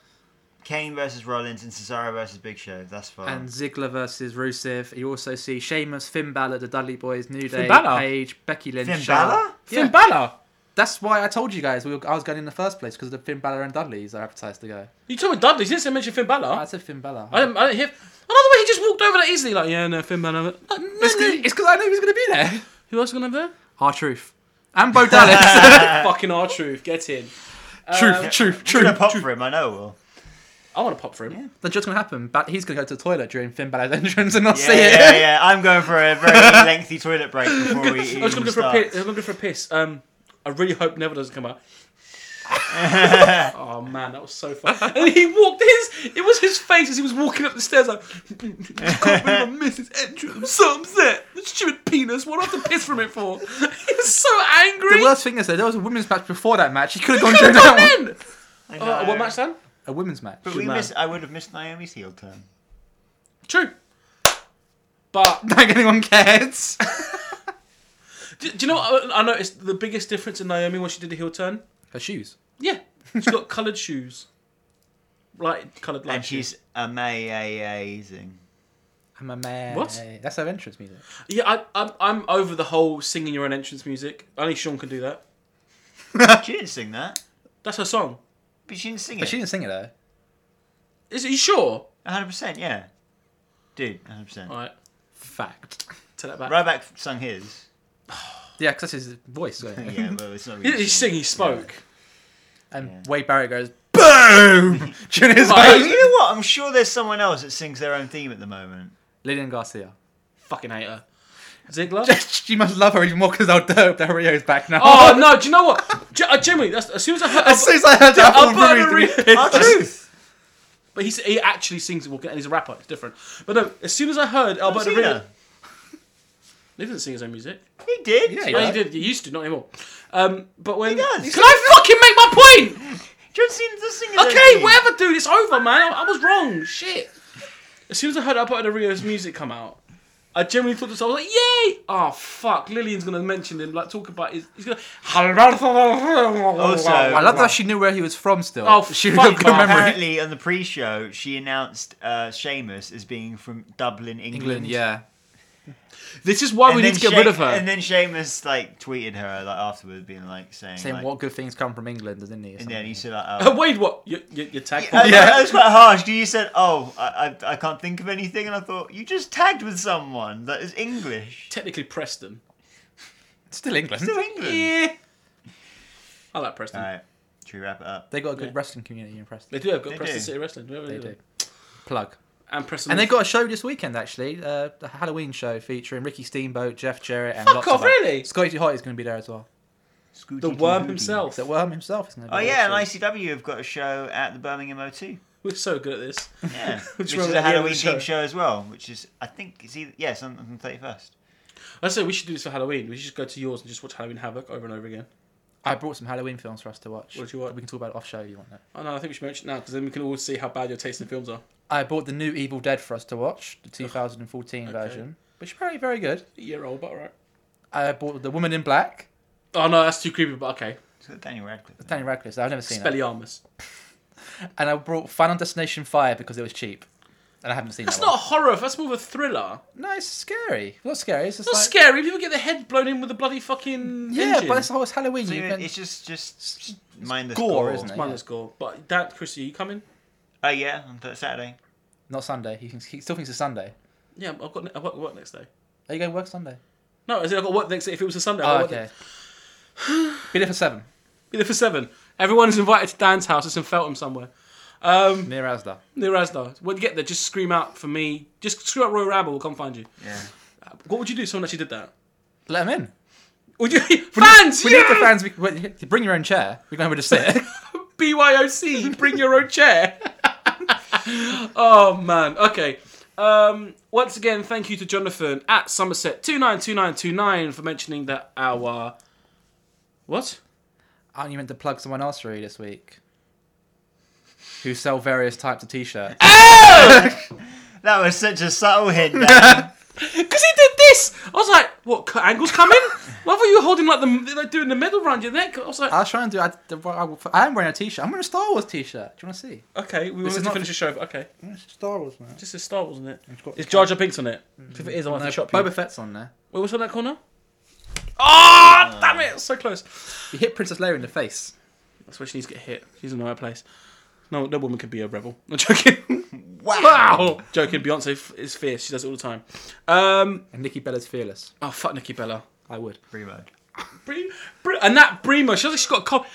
C: Kane versus Rollins and Cesaro versus Big Show. That's
A: Oh.
C: far.
B: and Ziggler versus Rusev. You also see Sheamus, Finn Balor, the Dudley Boys, New Day,
A: Balor?
B: Paige, Becky Lynch.
C: Finn
B: Charlotte.
C: Balor?
A: Finn
B: Yeah.
A: Balor.
B: That's why I told you guys we were, I was going in the first place because the Finn Balor and Dudleys are advertised to go.
A: You told me Dudley. You didn't say mention Finn Balor.
B: I said Finn Balor.
A: I didn't. I didn't hear. Another way he just walked over that easily. Like, yeah, no, Finn Balor. Like, no,
B: it's
A: no.
B: because I knew he was going to be there. [LAUGHS]
A: Who else is gonna be there? [LAUGHS]
B: Our truth. And Bo Dallas.
A: fucking R Truth, get in.
B: Truth, truth,
C: I'm gonna
B: truth.
C: pop for him. I know.
A: [LAUGHS]
C: Will.
A: I want to pop for him.
B: That's just gonna happen. But he's gonna go to the toilet during Finn Balor's [LAUGHS] entrance and not
C: Yeah,
B: see it. [LAUGHS]
C: yeah, yeah. I'm going for a
A: [LAUGHS]
C: very lengthy toilet break before we
A: I
C: even
A: was going to go for a
C: start.
A: piss. I was going to go for a piss. Um, I really hope Neville doesn't come out. oh man, that was so fun. And he walked his. It was his face as he was walking up the stairs. Like, [LAUGHS] I can't believe I missed his entrance. I'm so upset. The stupid penis. What do I have to piss from it for? [LAUGHS] He was so angry.
B: The worst thing is that there was a women's match before that match. He could have [LAUGHS] gone during that one.
A: Then.
C: I know.
A: Uh, what match then?
B: A women's match. [LAUGHS]
C: But we
A: No.
C: miss, I would have missed Naomi's heel turn.
A: True. But
B: Don't think anyone [LAUGHS] cares.
A: do, do you know what I, I noticed? The biggest difference in Naomi when she did the heel turn.
B: Her shoes.
A: Yeah, she's got [LAUGHS] coloured shoes. Light coloured light
C: And
A: shoes.
C: she's
A: [LAUGHS]
C: amazing.
B: I'm a man.
A: What?
B: That's her entrance music.
A: Yeah, I, I'm, I'm over the whole singing your own entrance music. Only Sean can do that.
C: she didn't sing that.
A: That's her song.
C: But she didn't sing
B: But
C: it.
B: she didn't sing it though.
A: Is you sure?
C: 100%, yeah. Dude, 100%.
A: All
C: Right.
A: right,
B: Fact.
A: take that back.
C: Ryback
A: [LAUGHS]
C: sung his.
B: Yeah, because that's his voice. [LAUGHS] so-
C: Yeah, but it's not
A: He
C: really.
A: didn't sing. He spoke.
B: And
C: Yeah.
B: Wade Barrett goes, [LAUGHS] BOOM! During his
A: Right.
B: own.
C: You know what? I'm sure there's someone else that sings their own theme at the moment.
B: Lillian Garcia.
A: Fucking hate her. Ziggler.
B: [LAUGHS] she must love her even more because how dope that Rio's back now.
A: oh no! Do you know what? G- uh, Jimmy, that's, as soon as I heard,
B: [LAUGHS] As soon as I heard that,
A: I'll
B: I
A: burn
B: was really
A: her
B: pissed.
C: Our truth!
A: but he's, he actually sings. Well, and he's a rapper. It's different. But no, as soon as I heard Alberto
C: Cena.
A: Rio, he doesn't sing his own music.
C: He did.
B: Yeah,
A: Yeah,
B: Yeah.
A: he did. He used to, not anymore. Um, but when
C: He does.
A: can I fucking make my point?
C: John Cena does sing his own
A: Okay,
C: theme.
A: whatever, dude. It's over, man. I, I was wrong. Shit. As soon as I heard Alberto Rio's music come out, I genuinely thought this. I was like, "Yay!" Oh fuck, Lillian's gonna mention him, like talk about his. He's gonna. Also,
B: I love that she knew where he was from still.
A: Oh,
B: she
A: fuck
B: had a good
A: off.
B: memory.
C: Apparently, on the pre-show, she announced uh, Sheamus as being from Dublin,
B: [LAUGHS]
C: England.
B: England, yeah.
A: This is why Oh, we
C: then
A: need to get
C: Shea-
A: rid of her.
C: And then Sheamus like tweeted her like afterwards, being like saying,
B: Saying
C: like,
B: what good things come from England, didn't he? or
C: And then he
B: something?
C: said like, oh.
A: [LAUGHS] Wade, what? Your, your, your tag?
C: [LAUGHS] Yeah,
B: Yeah.
C: that was quite harsh. 'cause You said, "Oh, I, I, I can't think of anything," and I thought you just tagged with someone that is English.
A: Technically, Preston.
B: Still England.
C: Still England.
A: Yeah. I like Preston.
C: All right, should we wrap it up?
B: They got a good
A: Yeah.
B: wrestling community in Preston.
A: They do. have got
C: They
A: Preston
C: do.
A: City Wrestling. They,
B: They do. Plug.
A: And Preston.
B: And they got a show this weekend, actually, uh, the Halloween show featuring Ricky Steamboat, Jeff Jarrett, and
A: Fuck
B: lots
A: off,
B: of other-
A: really?
B: Scotty Hot is going to be there as well.
C: Scooty
A: the
C: Doo
A: Worm
C: Doo.
A: himself.
B: The Worm himself is going to be
C: Oh
B: there.
C: yeah, and
B: too.
C: ICW have got a show at the Birmingham O2.
A: We're so good at this.
C: Yeah,
A: Which
C: which,
A: one at the end
C: is a
A: of the
C: Halloween
A: show?
C: themed show as well. Which is, I think, it's either yes, on, on the thirty first.
A: I say we should do this for Halloween. We should just go to yours and just watch Halloween Havoc over and over again.
B: I brought some Halloween films for us to watch.
A: What do you want?
B: We can talk about it off show if you want that.
A: Oh no, I think we should mention it now because then we can all see how bad your taste in films are.
B: I bought the new Evil Dead for us to watch, the 2014
A: Okay.
B: version, which is apparently very good.
A: A year old, but alright.
B: I bought The Woman in Black,
A: Oh no, that's too creepy, but okay.
C: It's got Daniel Radcliffe. in it.
B: Danny Radcliffe, so I've never seen it.
A: Spelliarmus.
B: And I brought Final Destination 5 because it was cheap. And I haven't seen
A: That's
B: that
A: not a horror, that's more of a thriller.
B: one. No, it's scary. Not scary, it's just
A: It's not
B: like...
A: scary, people get their head blown in with a bloody fucking.
B: Yeah,
A: engine.
B: but it's, oh, it's Halloween.
C: So
B: you
C: it-
B: can-
C: it's just just mindless
B: gore, isn't it?
A: Mine was gore. But Dad, Chris, are you coming?
C: Oh yeah, on th- Saturday.
B: Not Sunday. He, thinks- he still thinks it's Sunday.
A: Yeah, I've got I've got work next day.
B: Are you going to work Sunday?
A: No, I said I've got work next day. If it was a Sunday, I've
B: Oh,
A: got work
B: okay.
A: next-
B: [SIGHS] Be there for seven.
A: Be there for seven. Everyone is invited to Dan's house. It's in Feltham somewhere. Um,
B: Near Asda.
A: near Asda. When you get there, just scream out for me. Just scream out Royal Ramble, we'll come find you.
C: Yeah.
A: What would you do if someone actually did that?
B: Let him in.
A: Would you fans?
B: We
A: yeah!
B: need the fans. We, we- bring your own chair. We're going to just sit.
A: [LAUGHS] BYOC, bring your own [LAUGHS] chair. oh man. Okay. Um, once again, thank you to Jonathan at Somerset two nine two nine two nine for mentioning that our what?
B: Aren't you meant to plug someone else really this week? Who sell various types of t-shirts.
C: [LAUGHS]
A: Ah!
C: That was such a subtle hint. Dan.
A: Because he did this. I was like, what? Cut angles coming? [LAUGHS] Why were you were holding like the like doing the medal round your neck? I was like,
B: I was trying to do... I, I, I am wearing a t-shirt. I'm wearing a Star Wars t-shirt. Do you want to see?
A: okay, we
B: is
A: wanted to
B: not-
A: finish the show. But okay,
B: Star Wars, man.
A: just says Star Wars, isn't it?
B: got- Mm-hmm.
A: Is Jar Jar Binks on it? If it is, I want
B: No,
A: to shop you.
B: Boba Fett's on there.
A: Wait, what's on that corner? Oh, damn it! So close.
B: You hit Princess Leia in the face.
A: That's where she needs to get hit. She's in the right place. No, no woman could be a rebel. [LAUGHS] I'm joking.
C: Wow.
A: Wow. joking. Beyonce f- is fierce. She does it all the time. Um.
B: And Nikki Bella's fearless.
A: Oh fuck, Nikki Bella.
B: I would.
C: [LAUGHS] Pretty much.
A: Bre- Bre- and that Bremo, she has got a cold.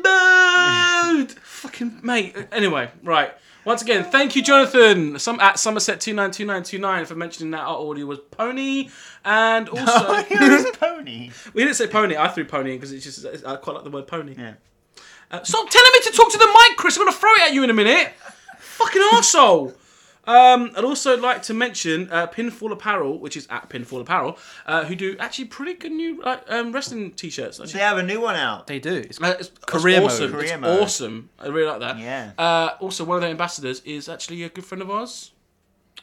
A: Bremo! [LAUGHS] Fucking mate. Anyway, right. Once again, thank you, Jonathan. Some at Somerset two nine two nine two nine for mentioning that our audio was pony, [LAUGHS] and
C: Oh,
A: also
C: It's pony.
A: we didn't say pony. I threw pony in because it's just I quite like the word pony.
C: Yeah.
A: Uh, stop telling me to talk to the mic, Chris. I'm gonna throw it at you in a minute. Fucking arsehole. Um, I'd also like to mention uh, Pinfall Apparel, which is at Pinfall Apparel, uh, who do actually pretty good new like, um, wrestling t-shirts. actually.
C: They have a new one out.
B: They do. It's
A: Uh, it's,
B: Career
A: it's awesome.
B: mode.
C: Career
A: it's
C: mode.
A: awesome. I really like that.
C: Yeah.
A: Uh, also, one of their ambassadors is actually a good friend of ours,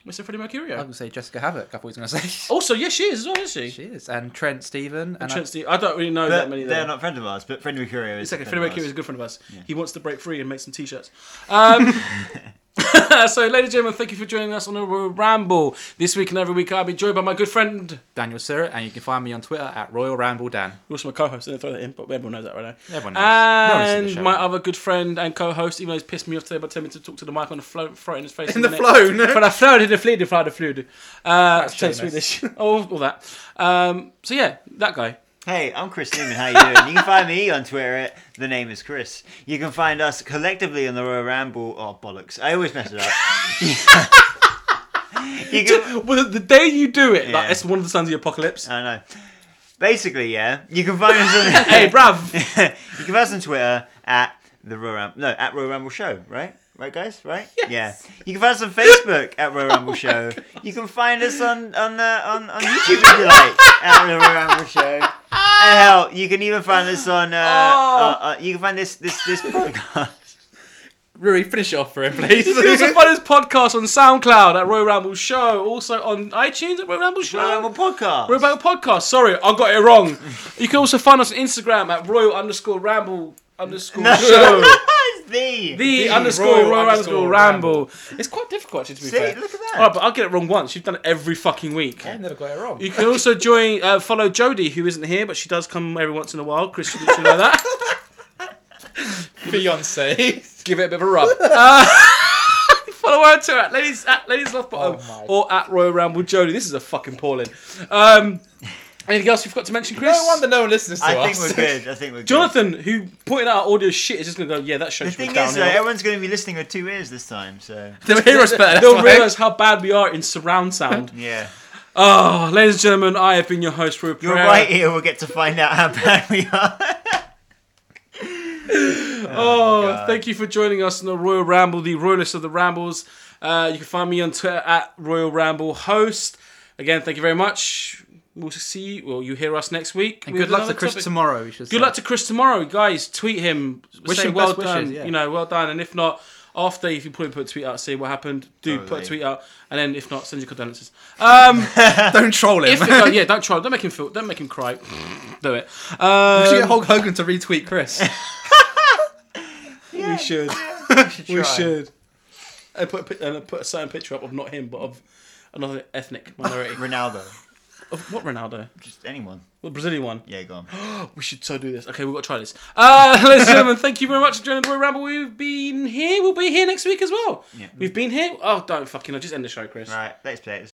A: Mr. Freddie Mercurio.
B: I would say Jessica Havoc. I thought he was going to say. [LAUGHS]
A: also, yeah, she is as well, is she?
B: She is. And Trent Steven. And
A: Trent Steve- I don't really know
C: But
A: that many.
C: they're
A: there.
C: not friend of ours, but friend of Mercurio is.
A: It's okay.
C: a
A: Freddie
C: friend of
A: Mercury
C: ours.
A: is a good friend of us. He wants to break free and make some t-shirts.
B: [LAUGHS]
A: Um, [LAUGHS] so, ladies and gentlemen, thank you for joining us on a ramble this week and every week. I'll be joined by my good friend,
B: I, Daniel Surratt. And you can find me on Twitter at Royal Ramble Dan.
A: also my co-host. I didn't throw that in, but everyone knows that right now.
B: Everyone knows. No one listens to
A: And
B: the show.
A: my other good friend and co-host, even though he's pissed me off today by telling me to talk to the mic on the float, throw it in his face.
B: In the
A: neck.
B: flown.
A: But I flowed in the fluid, flowed the fluid. Uh, so
B: shameless.
A: Swedish. [LAUGHS] All, all that. Um, so yeah, that guy.
C: Hey, I'm Chris Newman. How you doing? You can find me on Twitter at the name is Chris. You can find us collectively on the Royal Ramble. Oh bollocks! I always mess it up. you can,
A: Well, the day you do it,
C: Yeah.
A: like it's one of the sons of the apocalypse.
C: I know. Basically, yeah. You can find
A: [LAUGHS]
C: us on.
A: hey, bruv.
C: you can find us on Twitter at the Royal Ramble. No, at Royal Ramble Show. Right. Right, guys, right?
A: Yes. Oh
C: Yeah. You can find us on Facebook at Royal
A: [LAUGHS]
C: Ramble Show. You can find us on on uh, on, on YouTube if you like at Royal Ramble Show. And hell, you can even find us on. Uh,
A: Oh.
C: uh, uh, you can find this this
A: [LAUGHS]
C: this podcast.
B: Rui, finish it off for him, please.
A: You can also find this podcast on SoundCloud at Royal Ramble Show, also on iTunes at Royal Ramble Show.
C: Royal Ramble podcast.
A: Royal Ramble Podcast. Sorry, I got it wrong. you can also find us on Instagram at Royal underscore Ramble underscore Show.
C: [LAUGHS] [LAUGHS] It's the
A: The,
B: The
A: underscore
B: Royal
A: Royal, underscore
B: underscore
A: ramble. It's quite difficult actually to be
C: See,
A: fair.
C: look at that.
A: Alright, but I'll get it wrong once. You've done it every fucking week.
B: I never got it wrong.
A: You can also join, uh, follow Jodie, who isn't here, but she does come every once in a while. Chris, you should know that.
B: Fiance.
A: Give it a bit of a rub. Uh, follow her to at ladies at ladies love bottom
B: Oh my.
A: or at Royal Ramble Jodie. This is a fucking appalling. Um, anything else you forgot to mention, Chris?
B: No wonder no one listens to
C: I
B: us.
A: [LAUGHS]
C: think we're good. I think we're good.
A: Jonathan, who pointed out our audio shit, is just gonna go, yeah, that show
C: The
A: should be
C: thing
A: down
C: is, though,
A: here.
C: everyone's going to be listening with two ears this time, so
B: They'll hear us better.
A: They'll realise how bad we are in surround
C: [LAUGHS]
A: sound.
C: yeah.
A: Oh, ladies and gentlemen, I have been your host, Rupert.
C: Your right ear will get to find out how bad we are.
A: Oh,
C: God.
A: thank you for joining us on the Royal Ramble, the Royalist of the Rambles. Uh, you can find me on Twitter at Royal Ramble Host. Again, thank you very much. We'll see you, well, you hear us next week.
B: And
A: with
B: good luck to
A: another
B: Chris
A: topic.
B: tomorrow. We should
A: Good
B: say. [LAUGHS]
A: luck to Chris tomorrow, guys. Tweet him.
B: Wish
A: say
B: him
A: well
B: best wishes,
A: done.
B: yeah.
A: You know, well done. And if not, after if you probably put a tweet out, see what happened. Do put
C: Totally.
A: a tweet out, and then if not, send your condolences. Um,
B: Don't troll [LAUGHS]
A: [LAUGHS]
B: him.
A: if it, go- yeah, don't try. Don't make him feel. Don't make him cry. Do it.
B: We should get
A: Um,
B: Hulk Hogan to retweet [LAUGHS] Chris.
A: we should. We
C: Try.
A: should. I Uh, put a, pic- and I put a certain picture up of not him, but of another ethnic [LAUGHS] minority.
C: Ronaldo,
A: of what Ronaldo?
C: just anyone.
A: The Brazilian one.
C: Yeah, go on.
A: We should so do this. Okay, we've got to try this. Uh, ladies and gentlemen, thank you very much for joining the Boy Ramble. We've been here. We'll be here next week as well.
C: Yeah.
A: We'll We've been here. Oh, don't fucking. I'll just end the show, Chris.
C: Right, let's play it.